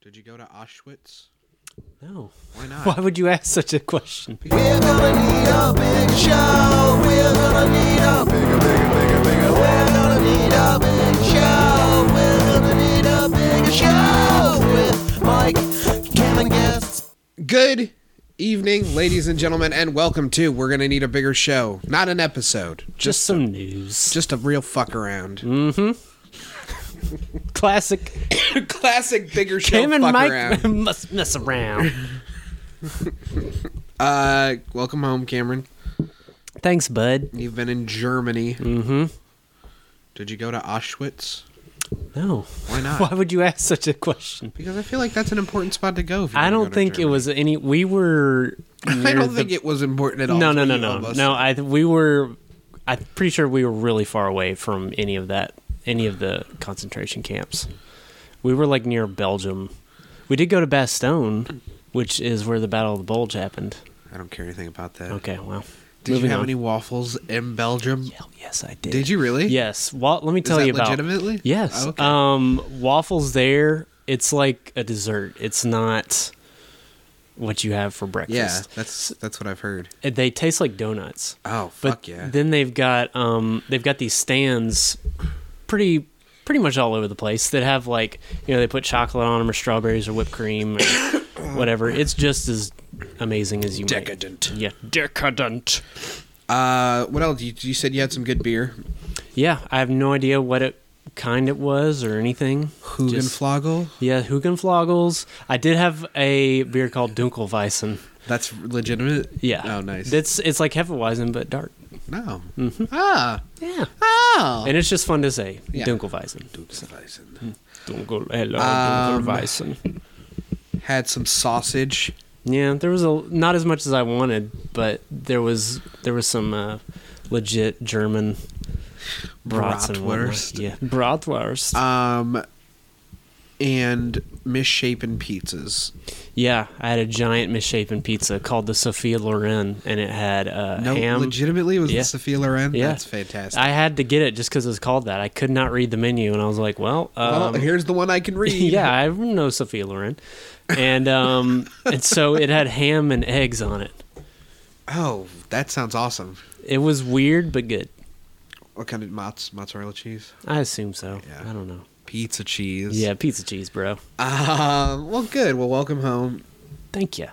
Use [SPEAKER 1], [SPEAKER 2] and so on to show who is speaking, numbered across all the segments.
[SPEAKER 1] Did you go to Auschwitz?
[SPEAKER 2] No.
[SPEAKER 1] Why not?
[SPEAKER 2] Why would you ask such a question?
[SPEAKER 3] We're gonna need a big show. We're gonna need a bigger, bigger, bigger, bigger. We're gonna need a big show. We're gonna need a bigger show with Mike, Cam, and guests.
[SPEAKER 1] Good evening, ladies and gentlemen, and welcome to We're Gonna Need a Bigger Show. Not an episode, just
[SPEAKER 2] Just some news.
[SPEAKER 1] just a real fuck around.
[SPEAKER 2] Classic
[SPEAKER 1] Classic bigger show
[SPEAKER 2] Cam and
[SPEAKER 1] fuck
[SPEAKER 2] Mike
[SPEAKER 1] around.
[SPEAKER 2] must mess around.
[SPEAKER 1] Uh, welcome home, Cameron.
[SPEAKER 2] Thanks, bud.
[SPEAKER 1] You've been in Germany. Mm-hmm. Did you go to Auschwitz?
[SPEAKER 2] No.
[SPEAKER 1] Why not?
[SPEAKER 2] Why would you ask such a question?
[SPEAKER 1] Because I feel like that's an important spot to go. If you're
[SPEAKER 2] I
[SPEAKER 1] gonna go
[SPEAKER 2] don't
[SPEAKER 1] to
[SPEAKER 2] think it
[SPEAKER 1] Germany.
[SPEAKER 2] was any. We were.
[SPEAKER 1] I
[SPEAKER 2] near
[SPEAKER 1] don't
[SPEAKER 2] the-
[SPEAKER 1] think it was important at all.
[SPEAKER 2] No,
[SPEAKER 1] to
[SPEAKER 2] no, no,
[SPEAKER 1] any of
[SPEAKER 2] no,
[SPEAKER 1] us.
[SPEAKER 2] no. I th- we were. I'm pretty sure we were really far away from any of that, any of the concentration camps. We were like near Belgium. We did go to Bastogne, which is where the Battle of the Bulge happened.
[SPEAKER 1] I don't care anything about that.
[SPEAKER 2] Okay, well.
[SPEAKER 1] Did you
[SPEAKER 2] moving
[SPEAKER 1] have
[SPEAKER 2] on.
[SPEAKER 1] any waffles in Belgium?
[SPEAKER 2] Hell yes, I did.
[SPEAKER 1] Did you really?
[SPEAKER 2] Yes. Well, let me
[SPEAKER 1] Is
[SPEAKER 2] tell
[SPEAKER 1] that
[SPEAKER 2] you about.
[SPEAKER 1] legitimately?
[SPEAKER 2] Yes.
[SPEAKER 1] Oh, okay.
[SPEAKER 2] Um, waffles there. It's like a dessert. It's not what you have for
[SPEAKER 1] yeah,
[SPEAKER 2] breakfast.
[SPEAKER 1] that's that's what I've heard.
[SPEAKER 2] They taste like donuts.
[SPEAKER 1] Oh
[SPEAKER 2] But
[SPEAKER 1] fuck yeah!
[SPEAKER 2] then they've got um they've got these stands, pretty pretty much all over the place that have like you know they put chocolate on them or strawberries or whipped cream or whatever. It's just as amazing as you make.
[SPEAKER 1] Decadent.
[SPEAKER 2] Yeah, decadent.
[SPEAKER 1] Uh, what else? You, you said you had some good beer.
[SPEAKER 2] Yeah, I have no idea what it kind it was or anything. Just-
[SPEAKER 1] Hugenflagel.
[SPEAKER 2] Yeah, Hugenflagels. I did have a beer called Dunkelweizen.
[SPEAKER 1] That's legitimate.
[SPEAKER 2] Yeah.
[SPEAKER 1] Oh, nice.
[SPEAKER 2] It's it's like Hefeweizen but dark.
[SPEAKER 1] no. Ah.
[SPEAKER 2] Yeah.
[SPEAKER 1] Oh.
[SPEAKER 2] Mm-hmm. And it's just fun to say
[SPEAKER 1] Yeah.
[SPEAKER 2] Dunkelweizen.
[SPEAKER 1] Dunkelweizen.
[SPEAKER 2] Dunkel, hello,
[SPEAKER 1] Um,
[SPEAKER 2] Dunkelweizen.
[SPEAKER 1] Hmm. Had some sausage.
[SPEAKER 2] Yeah, there was a not as much as I wanted, but there was there was some uh, legit German brats and whatnot.
[SPEAKER 1] Bratwurst.
[SPEAKER 2] Yeah, bratwurst.
[SPEAKER 1] Um, and misshapen pizzas.
[SPEAKER 2] yeah, I had a giant misshapen pizza called the Sophia Loren, and it had uh,
[SPEAKER 1] No,
[SPEAKER 2] ham.
[SPEAKER 1] legitimately, it was
[SPEAKER 2] Yeah.
[SPEAKER 1] the Sophia Loren.
[SPEAKER 2] Yeah.
[SPEAKER 1] That's fantastic.
[SPEAKER 2] I had to get it just because it was called that. I could not read the menu, and I was like, "Well, um,
[SPEAKER 1] well, here's the one I can read.
[SPEAKER 2] yeah, I know Sophia Loren," and um, and so it had ham and eggs on it.
[SPEAKER 1] Oh, that sounds awesome.
[SPEAKER 2] It was weird but good.
[SPEAKER 1] What kind of mozz, mozzarella cheese?
[SPEAKER 2] I assume so.
[SPEAKER 1] Yeah.
[SPEAKER 2] I don't know.
[SPEAKER 1] Pizza cheese.
[SPEAKER 2] Yeah, pizza cheese, bro.
[SPEAKER 1] Um, well, good. Well, welcome home.
[SPEAKER 2] Thank you.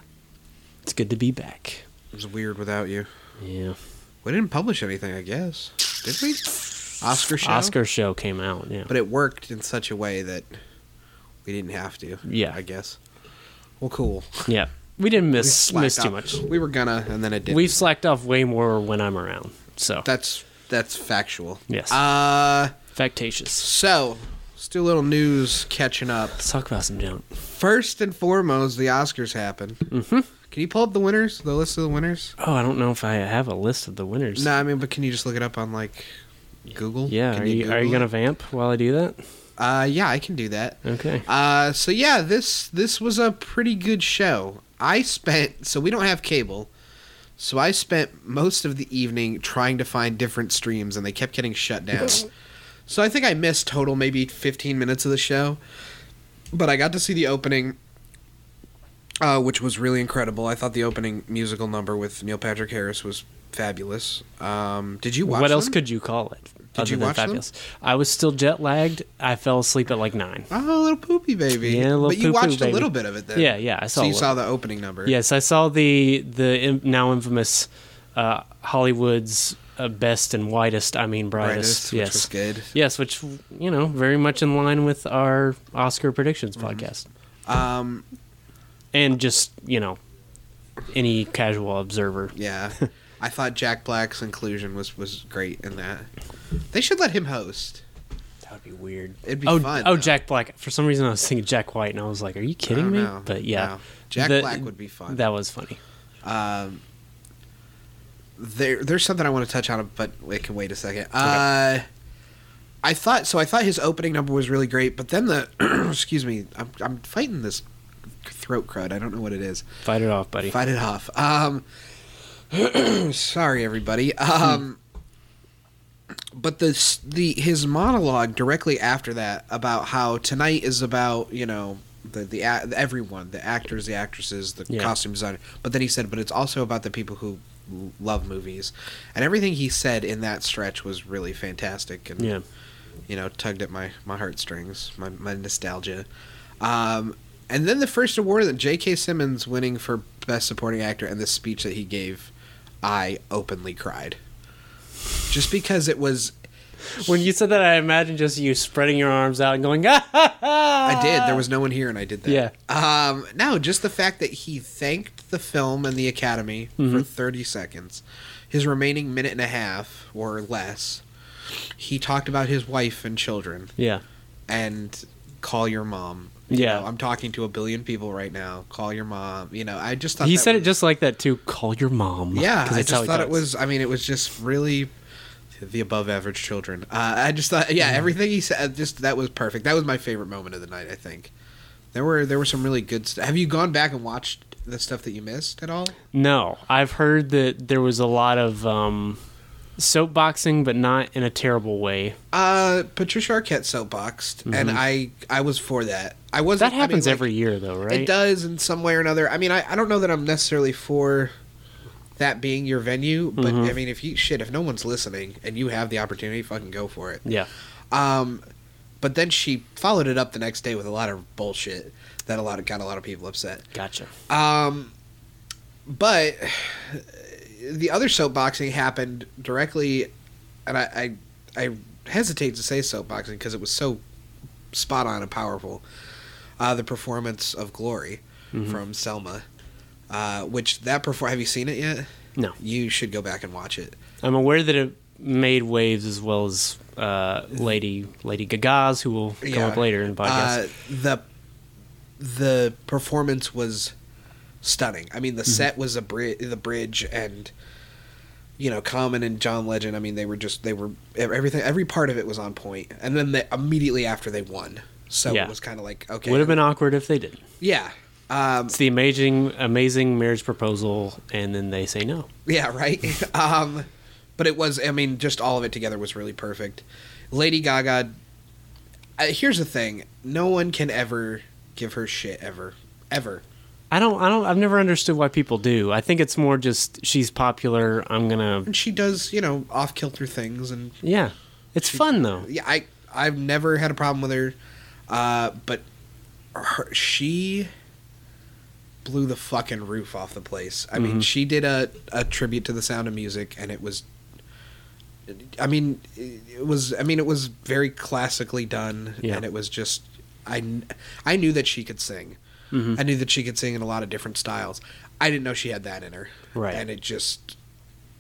[SPEAKER 2] It's good to be back.
[SPEAKER 1] It was weird without you.
[SPEAKER 2] Yeah,
[SPEAKER 1] We didn't publish anything, I guess. Did we? Oscar show.
[SPEAKER 2] Oscar show came out. Yeah,
[SPEAKER 1] But it worked in such a way that we didn't have to.
[SPEAKER 2] Yeah.
[SPEAKER 1] I guess. Well, cool.
[SPEAKER 2] yeah. We didn't
[SPEAKER 1] We
[SPEAKER 2] miss
[SPEAKER 1] slacked
[SPEAKER 2] miss too
[SPEAKER 1] off.
[SPEAKER 2] much.
[SPEAKER 1] We were gonna, and then it didn't.
[SPEAKER 2] We've slacked off way more when I'm around. So
[SPEAKER 1] That's that's factual.
[SPEAKER 2] Yes.
[SPEAKER 1] Uh,
[SPEAKER 2] factatious.
[SPEAKER 1] so let's do a little news catching up.
[SPEAKER 2] Let's talk about some junk.
[SPEAKER 1] First and foremost, the Oscars happened.
[SPEAKER 2] Mhm.
[SPEAKER 1] Can you pull up the winners, the list of the winners?
[SPEAKER 2] Oh, I don't know if I have a list of the winners.
[SPEAKER 1] No, I mean, but can you just look it up on like Google?
[SPEAKER 2] Yeah,
[SPEAKER 1] Can
[SPEAKER 2] are you, are
[SPEAKER 1] Google
[SPEAKER 2] you gonna
[SPEAKER 1] it?
[SPEAKER 2] vamp while I do that?
[SPEAKER 1] Uh, yeah, I can do that.
[SPEAKER 2] Okay.
[SPEAKER 1] Uh, so yeah, this this was a pretty good show. I spent so we don't have cable, so I spent most of the evening trying to find different streams, and they kept getting shut down. so I think I missed total maybe fifteen minutes of the show, but I got to see the opening. Uh, which was really incredible. I thought the opening musical number with Neil Patrick Harris was fabulous. Um, did you watch?
[SPEAKER 2] What else
[SPEAKER 1] them?
[SPEAKER 2] could you call it?
[SPEAKER 1] Did you watch them?
[SPEAKER 2] I was still jet lagged. I fell asleep at like nine.
[SPEAKER 1] Oh, little poopy baby.
[SPEAKER 2] Yeah, little
[SPEAKER 1] But you
[SPEAKER 2] poo-poo
[SPEAKER 1] watched
[SPEAKER 2] baby.
[SPEAKER 1] a little bit of it then.
[SPEAKER 2] Yeah, yeah, I saw
[SPEAKER 1] So
[SPEAKER 2] a
[SPEAKER 1] you
[SPEAKER 2] little-
[SPEAKER 1] saw the opening number.
[SPEAKER 2] Yes, I saw the the im- now infamous uh, Hollywood's uh, best and whitest. I mean
[SPEAKER 1] Brightest,
[SPEAKER 2] brightest.
[SPEAKER 1] which
[SPEAKER 2] yes,
[SPEAKER 1] was good.
[SPEAKER 2] Yes, which you know very much in line with our Oscar predictions podcast,
[SPEAKER 1] Um,
[SPEAKER 2] and just you know any casual observer.
[SPEAKER 1] yeah. I thought Jack Black's inclusion was was great in that. They should let him host.
[SPEAKER 2] That would be weird.
[SPEAKER 1] It'd be
[SPEAKER 2] oh,
[SPEAKER 1] fun.
[SPEAKER 2] oh,
[SPEAKER 1] though.
[SPEAKER 2] Jack Black. For some reason, I was thinking Jack White, and I was like, "Are you
[SPEAKER 1] I
[SPEAKER 2] kidding
[SPEAKER 1] don't
[SPEAKER 2] me?"
[SPEAKER 1] know.
[SPEAKER 2] But yeah,
[SPEAKER 1] No. Jack
[SPEAKER 2] The-
[SPEAKER 1] Black would be fun.
[SPEAKER 2] That was funny.
[SPEAKER 1] Um, there, there's something I want to touch on, but it can wait a second. Uh, I thought so. I thought his opening number was really great, but then the excuse me, I'm I'm fighting this throat crud. I don't know what it is.
[SPEAKER 2] Fight it off, buddy.
[SPEAKER 1] Fight it off. Um, sorry, everybody. Um, but the s- the his monologue directly after that about how tonight is about you know the the a- everyone, the actors, the actresses, the
[SPEAKER 2] Yeah.
[SPEAKER 1] costume designer. But then he said, but it's also about the people who l- love movies, and everything he said in that stretch was really fantastic. And
[SPEAKER 2] Yeah.
[SPEAKER 1] you know, tugged at my my heartstrings, my my nostalgia. Um, and then the first award that J.K. Simmons winning for best supporting actor, and the speech that he gave, I openly cried. Just because it was,
[SPEAKER 2] When you said that, I imagine just you spreading your arms out and going, ah, ha, ha.
[SPEAKER 1] I did. There was no one here, and I did that.
[SPEAKER 2] Uh, Yeah.
[SPEAKER 1] Um, no, just the fact that he thanked the film and the Academy
[SPEAKER 2] Mm-hmm.
[SPEAKER 1] for 30 seconds. His remaining minute and a half or less, he talked about his wife and children
[SPEAKER 2] Yeah.
[SPEAKER 1] and call your mom. You
[SPEAKER 2] Yeah.
[SPEAKER 1] know, I'm talking to a billion people right now. Call your mom. You know, I just thought
[SPEAKER 2] He
[SPEAKER 1] that
[SPEAKER 2] said
[SPEAKER 1] was,
[SPEAKER 2] it just like that too. Call your mom.
[SPEAKER 1] Yeah,
[SPEAKER 2] 'Cause
[SPEAKER 1] I
[SPEAKER 2] that's how
[SPEAKER 1] just
[SPEAKER 2] he
[SPEAKER 1] thought it
[SPEAKER 2] talks.
[SPEAKER 1] was. I mean, it was just really the above average children. Uh, I just thought,
[SPEAKER 2] Mm-hmm.
[SPEAKER 1] yeah, everything he said, just that was perfect. That was my favorite moment of the night. I think there were there were some really good. St- Have you gone back and watched the stuff that you missed at all?
[SPEAKER 2] No, I've heard that there was a lot of um, soapboxing, but not in a terrible way.
[SPEAKER 1] Uh, Patricia Arquette soapboxed, and I I was for that. I wasn't.
[SPEAKER 2] Mm-hmm. That happens
[SPEAKER 1] I mean, like,
[SPEAKER 2] every year, though, right?
[SPEAKER 1] It does in some way or another. I mean, I, I don't know that I'm necessarily for that being your venue, but
[SPEAKER 2] Mm-hmm.
[SPEAKER 1] I mean, if you shit, if no one's listening and you have the opportunity, fucking go for it.
[SPEAKER 2] Yeah.
[SPEAKER 1] Um, but then she followed it up the next day with a lot of bullshit that a lot of got a lot of people upset.
[SPEAKER 2] Gotcha.
[SPEAKER 1] Um, but the other soapboxing happened directly, and I I, I hesitate to say soapboxing because it was so spot on and powerful. Uh, the performance of Glory
[SPEAKER 2] Mm-hmm.
[SPEAKER 1] from Selma, uh, which that perform have you seen it yet?
[SPEAKER 2] No.
[SPEAKER 1] You should go back and watch it.
[SPEAKER 2] I'm aware that it made waves as well as uh, Lady Lady Gaga's, who will come
[SPEAKER 1] Yeah.
[SPEAKER 2] up later in the podcast.
[SPEAKER 1] Uh, the the performance was stunning. I mean, the
[SPEAKER 2] Mm-hmm.
[SPEAKER 1] set was a bri- the bridge and you know Common and John Legend. I mean, they were just they were e-, everything. Every part of it was on point. And then they, immediately after they won, so
[SPEAKER 2] Yeah.
[SPEAKER 1] it was kind of like okay,
[SPEAKER 2] Would have been awkward if they did.
[SPEAKER 1] yeah, um,
[SPEAKER 2] It's the amazing, amazing marriage proposal, and then they say no.
[SPEAKER 1] Yeah, right. um, but it was. I mean, just all of it together was really perfect. Lady Gaga. Uh, here's the thing: no one can ever give her shit ever, ever.
[SPEAKER 2] I don't. I don't. I've never understood why people do. I think it's more just she's popular. I'm gonna.
[SPEAKER 1] And she does, you know, off kilter things, and
[SPEAKER 2] Yeah, it's fun though.
[SPEAKER 1] yeah, I I've never had a problem with her, uh, but her, she blew the fucking roof off the place. I mean, she did a a tribute to the Sound of Music, and it was. I mean, it was. I mean, it was very classically done,
[SPEAKER 2] Yeah.
[SPEAKER 1] and it was just. I, kn- I knew that she could sing.
[SPEAKER 2] Mm-hmm.
[SPEAKER 1] I knew that she could sing in a lot of different styles. I didn't know she had that in her.
[SPEAKER 2] Right.
[SPEAKER 1] And it just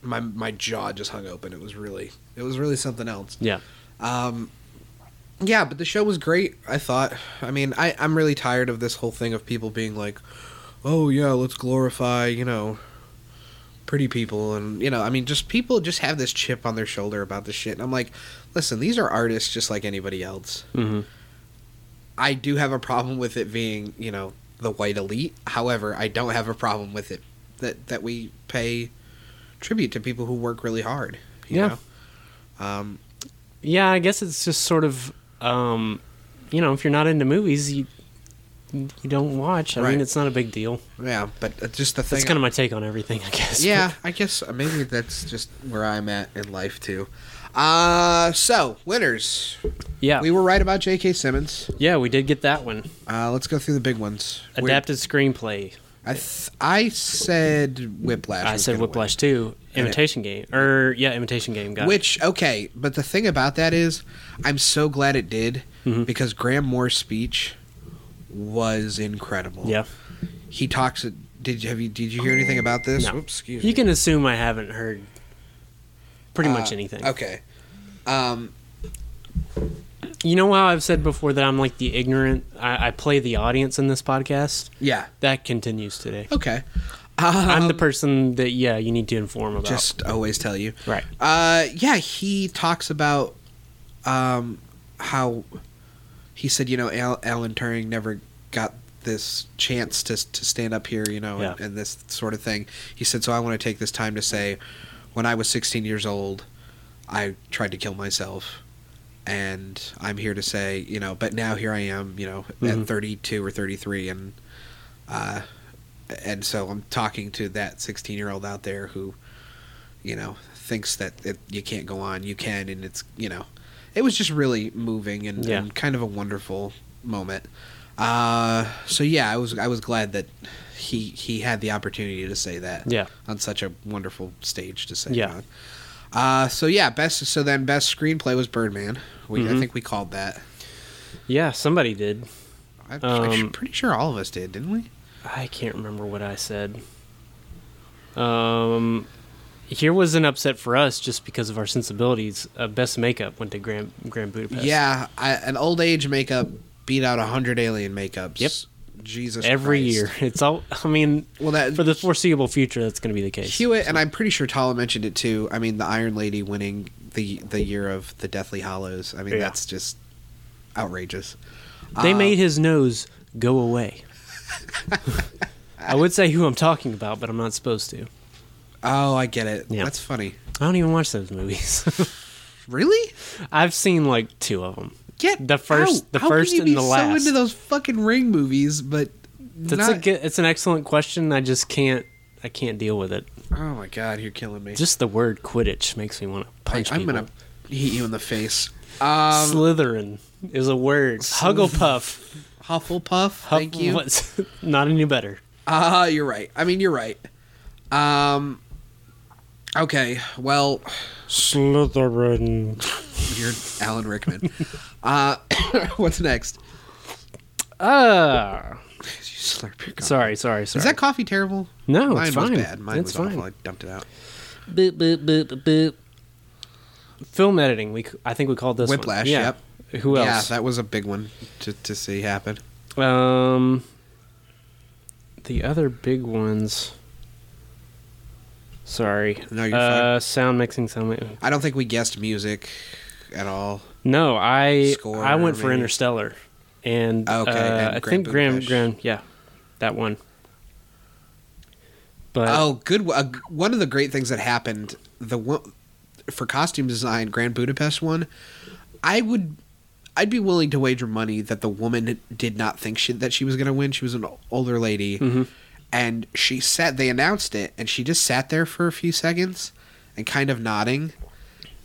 [SPEAKER 1] my my jaw just hung open. It was really it was really something else.
[SPEAKER 2] Yeah.
[SPEAKER 1] Um, yeah, but the show was great. I thought. I mean, I I'm really tired of this whole thing of people being like, "Oh yeah, let's glorify," you know, pretty people, and you know, I mean, just people just have this chip on their shoulder about this shit. And I'm like, listen, these are artists just like anybody else.
[SPEAKER 2] Mhm.
[SPEAKER 1] I do have a problem with it being, you know, the white elite. However, I don't have a problem with it that that we pay tribute to people who work really hard. You
[SPEAKER 2] Yeah.
[SPEAKER 1] Know? Um,
[SPEAKER 2] Yeah, I guess it's just sort of, um, you know, if you're not into movies, you you don't watch. I
[SPEAKER 1] Right.
[SPEAKER 2] mean, it's not a big deal.
[SPEAKER 1] Yeah, but it's just the thing.
[SPEAKER 2] That's kind of my take on everything, I guess.
[SPEAKER 1] yeah, I guess uh, maybe that's just where I'm at in life too. Uh so winners.
[SPEAKER 2] yeah,
[SPEAKER 1] We were right about J.K. Simmons.
[SPEAKER 2] yeah, we did get that one.
[SPEAKER 1] Uh, let's go through the big ones. We're-
[SPEAKER 2] Adapted screenplay.
[SPEAKER 1] I th- I said Whiplash.
[SPEAKER 2] I
[SPEAKER 1] was
[SPEAKER 2] said
[SPEAKER 1] gonna win.
[SPEAKER 2] Whiplash too. Imitation Game, or yeah, Imitation Game. Got it.
[SPEAKER 1] Which okay, but the thing about that is, I'm so glad it did
[SPEAKER 2] Mm-hmm.
[SPEAKER 1] because Graham Moore's speech was incredible.
[SPEAKER 2] Yeah,
[SPEAKER 1] He talks. Did you have you did you hear anything about this?
[SPEAKER 2] No.
[SPEAKER 1] Oops, excuse me.
[SPEAKER 2] you can assume I haven't heard pretty much
[SPEAKER 1] Uh,
[SPEAKER 2] anything.
[SPEAKER 1] Okay. Um,
[SPEAKER 2] You know how I've said before that I'm like the ignorant. I, I play the audience in this podcast.
[SPEAKER 1] yeah.
[SPEAKER 2] That continues today.
[SPEAKER 1] Okay.
[SPEAKER 2] I'm the person that yeah you need to inform about.
[SPEAKER 1] Um, just always tell you.
[SPEAKER 2] Right.
[SPEAKER 1] Uh, yeah, he talks about um, how he said, you know, Al- Alan Turing never got this chance to to stand up here, you know, and,
[SPEAKER 2] Yeah.
[SPEAKER 1] and this sort of thing. He said, so I want to take this time to say, when I was 16 years old, I tried to kill myself, and I'm here to say, you know, but now here I am, you know, at 32 or 33, and uh, and so I'm talking to that 16 year old out there who, you know, thinks that it, you can't go on, you can, and it's, you know, it was just really moving and,
[SPEAKER 2] Yeah.
[SPEAKER 1] and kind of a wonderful moment. Uh, so yeah, I was I was glad that he he had the opportunity to say that
[SPEAKER 2] Yeah.
[SPEAKER 1] on such a wonderful stage to say
[SPEAKER 2] Yeah.
[SPEAKER 1] it on. Uh, so yeah, best. So then, best screenplay was Birdman. We
[SPEAKER 2] Mm-hmm.
[SPEAKER 1] I think we called that.
[SPEAKER 2] Yeah, somebody did.
[SPEAKER 1] I, I'm
[SPEAKER 2] Um,
[SPEAKER 1] pretty sure all of us did, didn't we?
[SPEAKER 2] I can't remember what I said. Um, here was an upset for us just because of our sensibilities. Uh, best makeup went to Grand Grand Budapest.
[SPEAKER 1] Yeah, I, an old age makeup beat out a hundred alien makeups.
[SPEAKER 2] Yep.
[SPEAKER 1] Jesus.
[SPEAKER 2] every
[SPEAKER 1] Christ.
[SPEAKER 2] year it's all. I mean,
[SPEAKER 1] Well, that
[SPEAKER 2] for the foreseeable future, that's going to be the case.
[SPEAKER 1] Hewitt and I'm pretty sure Tala mentioned it too. I mean, the Iron Lady winning the the year of the Deathly Hollows. I mean,
[SPEAKER 2] Yeah.
[SPEAKER 1] that's just outrageous.
[SPEAKER 2] They made
[SPEAKER 1] um,
[SPEAKER 2] his nose go away. I would say who I'm talking about, but I'm not supposed to.
[SPEAKER 1] Oh, I get it.
[SPEAKER 2] Yeah.
[SPEAKER 1] That's funny.
[SPEAKER 2] I don't even watch those movies.
[SPEAKER 1] Really?
[SPEAKER 2] I've seen like two of them.
[SPEAKER 1] Get
[SPEAKER 2] The first-
[SPEAKER 1] out.
[SPEAKER 2] the
[SPEAKER 1] How can
[SPEAKER 2] first
[SPEAKER 1] you
[SPEAKER 2] and
[SPEAKER 1] be
[SPEAKER 2] the
[SPEAKER 1] So
[SPEAKER 2] last.
[SPEAKER 1] into those fucking ring movies, but
[SPEAKER 2] That's
[SPEAKER 1] not,
[SPEAKER 2] a good. It's an excellent question. I just can't. I can't deal with it.
[SPEAKER 1] Oh my god, you're killing me.
[SPEAKER 2] Just the word Quidditch makes me want to
[SPEAKER 1] I,
[SPEAKER 2] punch
[SPEAKER 1] am
[SPEAKER 2] people.
[SPEAKER 1] gonna hit you in the face. Um,
[SPEAKER 2] Slytherin is a word. Hugglepuff.
[SPEAKER 1] Hufflepuff.
[SPEAKER 2] Huff-
[SPEAKER 1] thank you.
[SPEAKER 2] what's- not any better.
[SPEAKER 1] Ah, you're right. I mean, you're right. Um. Okay. Well,
[SPEAKER 2] Slytherin.
[SPEAKER 1] you're Alan Rickman. uh, what's next?
[SPEAKER 2] Ah,
[SPEAKER 1] You slurp your coffee.
[SPEAKER 2] sorry, sorry, sorry.
[SPEAKER 1] Is that coffee terrible?
[SPEAKER 2] no?
[SPEAKER 1] Mine
[SPEAKER 2] it's
[SPEAKER 1] was
[SPEAKER 2] fine.
[SPEAKER 1] bad. Mine
[SPEAKER 2] it's
[SPEAKER 1] was
[SPEAKER 2] fine.
[SPEAKER 1] awful. I dumped it out.
[SPEAKER 2] Boop boop boop boop, boop. Film editing. We c- I think we called this one.
[SPEAKER 1] Whiplash,
[SPEAKER 2] Yeah. Who
[SPEAKER 1] Yeah,
[SPEAKER 2] else?
[SPEAKER 1] that was a big one to to see happen.
[SPEAKER 2] Um, the other big ones. Sorry.
[SPEAKER 1] No, you're
[SPEAKER 2] uh, Sound mixing, sound. mi-
[SPEAKER 1] I don't think we guessed music at all.
[SPEAKER 2] No, I
[SPEAKER 1] Score,
[SPEAKER 2] I went for
[SPEAKER 1] maybe.
[SPEAKER 2] Interstellar, and
[SPEAKER 1] Okay,
[SPEAKER 2] uh,
[SPEAKER 1] and
[SPEAKER 2] I
[SPEAKER 1] Grand
[SPEAKER 2] think Graham
[SPEAKER 1] Budapest.
[SPEAKER 2] Graham yeah, that one. But
[SPEAKER 1] oh, good. Uh, one of the great things that happened the one for costume design Grand Budapest one, I would, I'd be willing to wager money that the woman did not think she, that she was going to win. She was an older
[SPEAKER 2] Hmm.
[SPEAKER 1] lady,
[SPEAKER 2] mm-hmm,
[SPEAKER 1] and she sat. They announced it, and she just sat there for a few seconds and kind of nodding,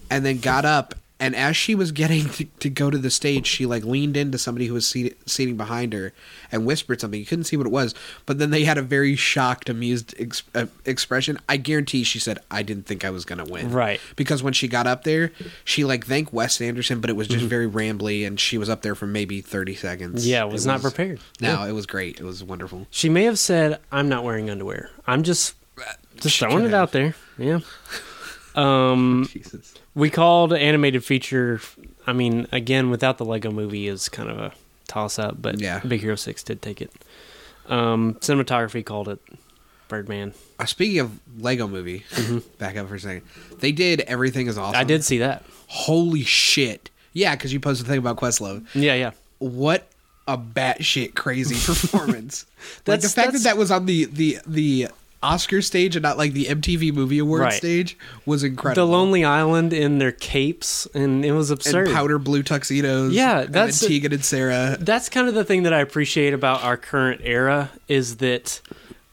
[SPEAKER 1] and then got up. And as she was getting to, to go to the stage, she like leaned into somebody who was seat, seating behind her and whispered something. You couldn't see what it was, but then they had a very shocked, amused ex- uh, expression. I guarantee she said, "I didn't think I was gonna win."
[SPEAKER 2] Right.
[SPEAKER 1] Because when she got up there, she like thanked Wes Anderson, but it was just very rambly, and she was up there for maybe thirty seconds.
[SPEAKER 2] Mm-hmm. yeah, was not prepared.
[SPEAKER 1] No, it was great. It was wonderful.
[SPEAKER 2] She may have said, "I'm not wearing underwear. I'm just just
[SPEAKER 1] She
[SPEAKER 2] throwing
[SPEAKER 1] could
[SPEAKER 2] it out there." Yeah. Um,
[SPEAKER 1] Jesus.
[SPEAKER 2] we called animated feature. I mean, again, without the Lego Movie is kind of a toss up, but
[SPEAKER 1] Yeah.
[SPEAKER 2] Big Hero Six did take it. Um, cinematography called it Birdman.
[SPEAKER 1] Uh, speaking of Lego Movie, back up for a second. They did everything is awesome.
[SPEAKER 2] Mm-hmm. I did see that.
[SPEAKER 1] Holy shit! Yeah, because you posted a thing about Questlove.
[SPEAKER 2] Yeah, yeah.
[SPEAKER 1] What a batshit crazy performance! like the
[SPEAKER 2] That's-
[SPEAKER 1] fact
[SPEAKER 2] that's-
[SPEAKER 1] that that was on the the the Oscar stage and not like the MTV Movie Award
[SPEAKER 2] Right.
[SPEAKER 1] stage was incredible.
[SPEAKER 2] the Lonely Island in their capes, and it was absurd.
[SPEAKER 1] and powder blue tuxedos.
[SPEAKER 2] Yeah,
[SPEAKER 1] and
[SPEAKER 2] that's
[SPEAKER 1] then
[SPEAKER 2] a-
[SPEAKER 1] Tegan and Sarah.
[SPEAKER 2] That's kind of the thing that I appreciate about our current era is that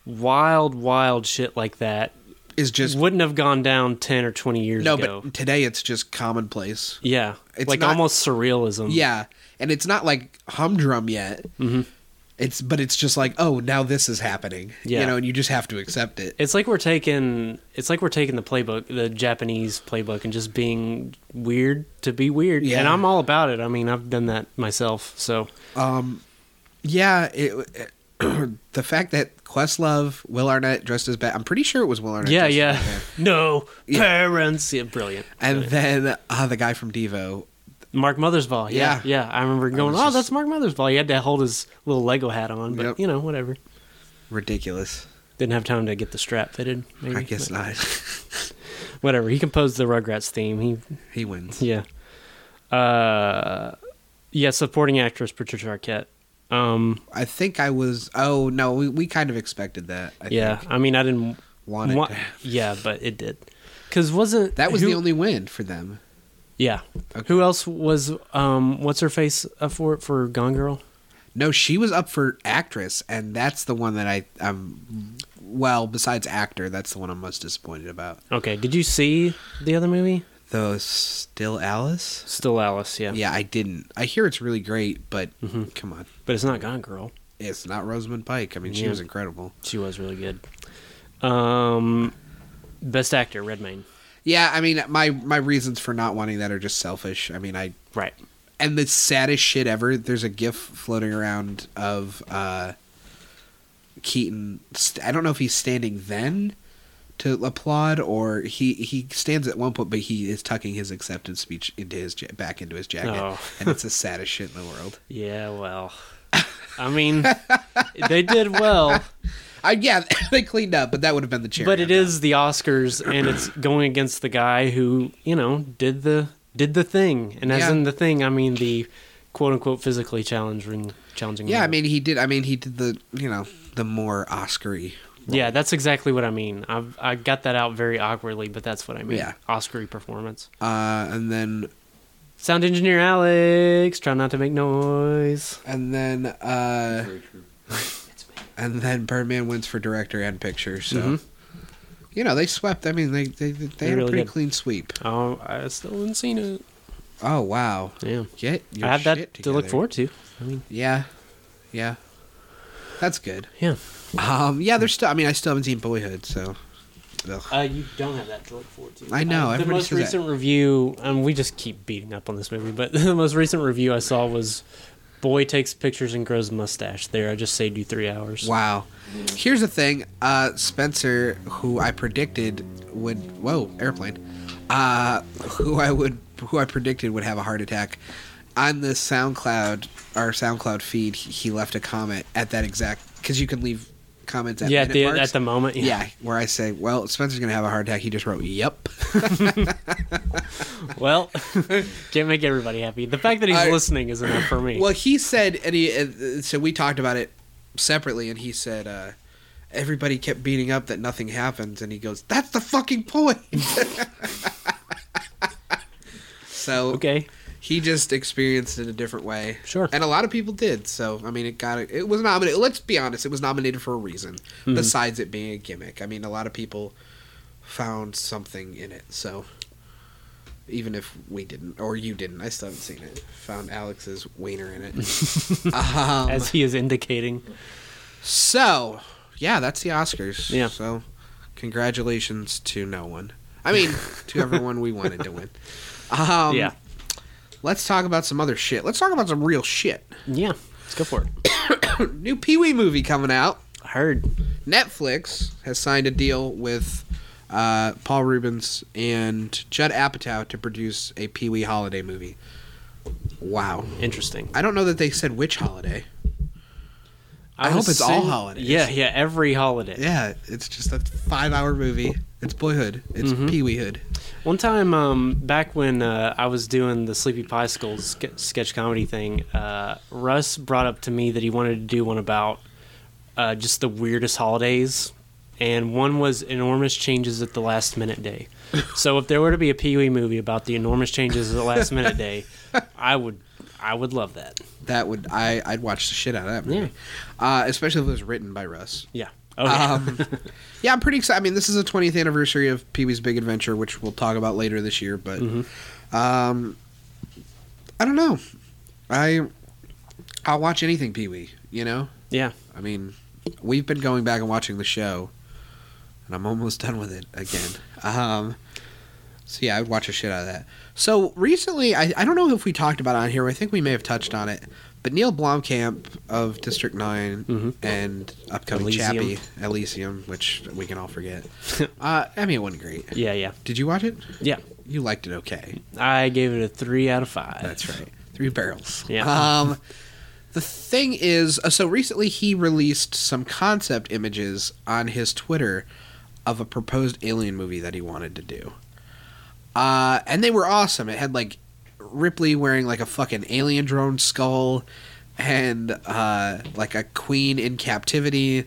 [SPEAKER 2] wild, wild shit like that
[SPEAKER 1] Is just
[SPEAKER 2] wouldn't have gone down ten or twenty years
[SPEAKER 1] no,
[SPEAKER 2] ago.
[SPEAKER 1] but today it's just commonplace.
[SPEAKER 2] yeah,
[SPEAKER 1] it's
[SPEAKER 2] like
[SPEAKER 1] not-
[SPEAKER 2] almost surrealism.
[SPEAKER 1] Yeah, and it's not like humdrum yet. Mm-hmm. It's but it's just like oh now this is happening.
[SPEAKER 2] Yeah.
[SPEAKER 1] you know, and you just have to accept it.
[SPEAKER 2] It's like we're taking it's like we're taking the playbook, the Japanese playbook, and just being weird to be weird.
[SPEAKER 1] Yeah.
[SPEAKER 2] And I'm all about it. I mean, I've done that myself. So
[SPEAKER 1] Yeah, it, the fact that Questlove, Will Arnett dressed as Batman. I'm pretty sure it was Will Arnett.
[SPEAKER 2] yeah,
[SPEAKER 1] dressed as
[SPEAKER 2] yeah.
[SPEAKER 1] Batman.
[SPEAKER 2] no parents. Yeah, brilliant.
[SPEAKER 1] And then uh, the guy from Devo.
[SPEAKER 2] Mark Mothersbaugh. Yeah, yeah. I remember going,
[SPEAKER 1] was
[SPEAKER 2] "Oh,
[SPEAKER 1] just-
[SPEAKER 2] that's Mark Mothersbaugh." He had to hold his little Lego hat on, but
[SPEAKER 1] Yep.
[SPEAKER 2] you know, whatever.
[SPEAKER 1] Ridiculous.
[SPEAKER 2] Didn't have time to get the strap fitted. Maybe.
[SPEAKER 1] I guess
[SPEAKER 2] but
[SPEAKER 1] not.
[SPEAKER 2] Whatever. He composed the Rugrats theme. He,
[SPEAKER 1] he wins.
[SPEAKER 2] yeah, uh, yeah. Supporting actress Patricia Arquette. Um,
[SPEAKER 1] I think I was. Oh no, we, we kind of expected that. I
[SPEAKER 2] yeah.
[SPEAKER 1] think.
[SPEAKER 2] I mean, I didn't
[SPEAKER 1] Wanted
[SPEAKER 2] wa-
[SPEAKER 1] to happen.
[SPEAKER 2] yeah, but it did. Cause wasn't
[SPEAKER 1] that was
[SPEAKER 2] who-
[SPEAKER 1] the only win for them.
[SPEAKER 2] Yeah. Who else was um what's her face up for it for Gone Girl?
[SPEAKER 1] No, she was up for actress, and that's the one that I I'm well, besides actor, that's the one I'm most disappointed about.
[SPEAKER 2] Okay, did you see the other movie?
[SPEAKER 1] Though still Alice?
[SPEAKER 2] Still Alice, yeah.
[SPEAKER 1] Yeah, I didn't. I hear it's really great, but come on.
[SPEAKER 2] But it's not Gone Girl.
[SPEAKER 1] It's not Rosamund Pike. I mean, she
[SPEAKER 2] Yeah.
[SPEAKER 1] was incredible.
[SPEAKER 2] She was really good. Um Best actor, Redmayne.
[SPEAKER 1] Yeah, I mean, my my reasons for not wanting that are just selfish. I mean, I
[SPEAKER 2] Right.
[SPEAKER 1] and the saddest shit ever. There's a GIF floating around of uh, Keaton. St- I don't know if he's standing then to applaud or he he stands at one point, but he is tucking his acceptance speech into his ja- back into his jacket,
[SPEAKER 2] Oh.
[SPEAKER 1] and it's the saddest shit in the world.
[SPEAKER 2] Yeah, well. I mean they did well.
[SPEAKER 1] I yeah, they cleaned up, but that would have been the cherry.
[SPEAKER 2] but
[SPEAKER 1] on
[SPEAKER 2] it
[SPEAKER 1] top.
[SPEAKER 2] is the Oscars, and it's going against the guy who you know did the did the thing, and as
[SPEAKER 1] Yeah.
[SPEAKER 2] in the thing, I mean the quote unquote physically challenging challenging.
[SPEAKER 1] Yeah, I
[SPEAKER 2] role.
[SPEAKER 1] mean, he did. I mean, he did the you know the more Oscary.
[SPEAKER 2] yeah, that's exactly what I mean. I I got that out very awkwardly, but that's what I mean.
[SPEAKER 1] Yeah.
[SPEAKER 2] Oscar performance.
[SPEAKER 1] Uh, and then
[SPEAKER 2] Sound engineer Alex, try not to make noise.
[SPEAKER 1] and then uh, and then Birdman wins for director and picture. So
[SPEAKER 2] Mhm.
[SPEAKER 1] you know they swept. I mean, they they they,
[SPEAKER 2] They
[SPEAKER 1] had a
[SPEAKER 2] really
[SPEAKER 1] pretty
[SPEAKER 2] did.
[SPEAKER 1] clean sweep.
[SPEAKER 2] Oh, I still haven't seen it.
[SPEAKER 1] Oh wow,
[SPEAKER 2] Yeah,
[SPEAKER 1] get your
[SPEAKER 2] I have
[SPEAKER 1] shit
[SPEAKER 2] that to look
[SPEAKER 1] together.
[SPEAKER 2] forward to. I mean,
[SPEAKER 1] Yeah, yeah, that's good.
[SPEAKER 2] yeah.
[SPEAKER 1] Um, yeah, there's still. I mean, I still haven't seen Boyhood, so. Ugh.
[SPEAKER 2] Uh, you don't have that to look forward to.
[SPEAKER 1] I know,
[SPEAKER 2] Uh, the
[SPEAKER 1] everybody
[SPEAKER 2] most
[SPEAKER 1] says that.
[SPEAKER 2] recent review, and we just keep beating up on this movie, but the most recent review I saw was "Boy takes pictures and grows mustache." There, I just saved you three hours.
[SPEAKER 1] Wow. Here's the thing. Uh, Spencer, who I predicted would whoa airplane, uh, who I would who I predicted would have a heart attack, on the SoundCloud our SoundCloud feed, he he left a comment at that exact because you can leave comments at
[SPEAKER 2] Yeah, at
[SPEAKER 1] minute
[SPEAKER 2] the
[SPEAKER 1] marks.
[SPEAKER 2] at the moment, yeah.
[SPEAKER 1] yeah where I say well Spencer's gonna have a heart attack. He just wrote yep.
[SPEAKER 2] Well, can't make everybody happy. The fact that he's
[SPEAKER 1] I-
[SPEAKER 2] listening is enough for me.
[SPEAKER 1] Well, he said, and he uh, so we talked about it separately, and he said uh, everybody kept beating up that nothing happens, and he goes, "That's the fucking point." so
[SPEAKER 2] okay,
[SPEAKER 1] he just experienced it a different way,
[SPEAKER 2] Sure.
[SPEAKER 1] and a lot of people did. So I mean, it got it was nominated. Let's be honest, it was nominated for a reason,
[SPEAKER 2] Hmm.
[SPEAKER 1] besides it being a gimmick. I mean, a lot of people found something in it. So even if we didn't or you didn't, I still haven't seen it. Found Alex's wiener in it. um,
[SPEAKER 2] as he is indicating,
[SPEAKER 1] so yeah, that's the Oscars.
[SPEAKER 2] Yeah.
[SPEAKER 1] So congratulations to no one. I mean, to everyone we wanted to win. Um,
[SPEAKER 2] yeah,
[SPEAKER 1] Let's talk about some other shit. Let's talk about some real shit.
[SPEAKER 2] yeah. Let's go for it.
[SPEAKER 1] New Pee Wee movie coming out.
[SPEAKER 2] I heard.
[SPEAKER 1] Netflix has signed a deal with uh, Paul Rubens and Judd Apatow to produce a Pee Wee holiday movie. Wow.
[SPEAKER 2] Interesting.
[SPEAKER 1] I don't know that they said which holiday. I hope
[SPEAKER 2] was
[SPEAKER 1] it's all
[SPEAKER 2] sen-
[SPEAKER 1] holidays.
[SPEAKER 2] Yeah, yeah. Every holiday.
[SPEAKER 1] Yeah, it's just a five hour movie. It's Boyhood. It's Pee Wee Hood.
[SPEAKER 2] One time, um, back when uh, I was doing the Sleepy Pie School ske- sketch comedy thing, uh, Russ brought up to me that he wanted to do one about uh, just the weirdest holidays, and one was enormous changes at the last minute day. so if there were to be a Pee Wee movie about the enormous changes at the last minute day, I would, I would love that.
[SPEAKER 1] That would I I'd watch the shit out of that movie, uh, especially if it was written by Russ.
[SPEAKER 2] Yeah. Oh yeah.
[SPEAKER 1] Um, yeah, I'm pretty excited. I mean, this is the 20th anniversary of Pee Wee's Big Adventure, which we'll talk about later this year. But
[SPEAKER 2] Mm-hmm.
[SPEAKER 1] um, I don't know. I I'll watch anything Pee Wee. You know,
[SPEAKER 2] yeah.
[SPEAKER 1] I mean, we've been going back and watching the show, and I'm almost done with it again. um, so yeah, I would watch a shit out of that. So recently, I, I don't know if we talked about it on here. I think we may have touched on it. But Neil Blomkamp of District 9
[SPEAKER 2] Mhm.
[SPEAKER 1] and upcoming
[SPEAKER 2] Elysium.
[SPEAKER 1] Chappie Elysium, which we can all forget. uh, I mean, it wasn't great.
[SPEAKER 2] Yeah. Yeah.
[SPEAKER 1] Did you watch it?
[SPEAKER 2] Yeah.
[SPEAKER 1] You liked it okay.
[SPEAKER 2] I gave it a three out of five.
[SPEAKER 1] That's right. Three barrels.
[SPEAKER 2] Yeah.
[SPEAKER 1] Um, the thing is, uh, so recently he released some concept images on his Twitter of a proposed alien movie that he wanted to do. Uh, and they were awesome. It had like Ripley wearing like a fucking alien drone skull and uh, like a queen in captivity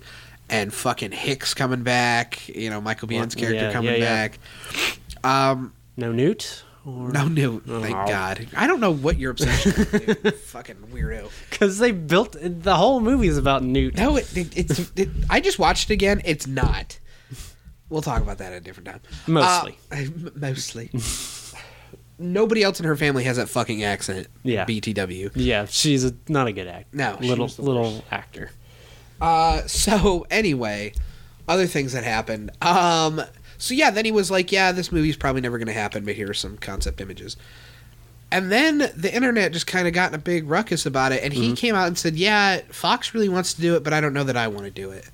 [SPEAKER 1] and fucking Hicks coming back, you know, Michael Biehn's character
[SPEAKER 2] yeah,
[SPEAKER 1] coming
[SPEAKER 2] yeah, yeah.
[SPEAKER 1] back. Um,
[SPEAKER 2] No Newt. Or...
[SPEAKER 1] No, no, thank
[SPEAKER 2] Oh.
[SPEAKER 1] God. I don't know what your obsession is, dude. Fucking weirdo.
[SPEAKER 2] Because they built the whole movie is about Newt.
[SPEAKER 1] No, it, it, it's. It, I just watched it again. It's not. We'll talk about that at a different time.
[SPEAKER 2] Mostly.
[SPEAKER 1] Uh, m- mostly. Nobody else in her family has that fucking accent.
[SPEAKER 2] Yeah.
[SPEAKER 1] BTW.
[SPEAKER 2] Yeah, she's a, not a good actor.
[SPEAKER 1] No, she
[SPEAKER 2] little
[SPEAKER 1] was the
[SPEAKER 2] little actor.
[SPEAKER 1] Uh, so anyway, other things that happened. Um, so yeah, then he was like, "Yeah, this movie's probably never going to happen, but here are some concept images." And then the internet just kind of got in a big ruckus about it, and he
[SPEAKER 2] Mm-hmm.
[SPEAKER 1] came out and said, "Yeah, Fox really wants to do it, but I don't know that I want to do it."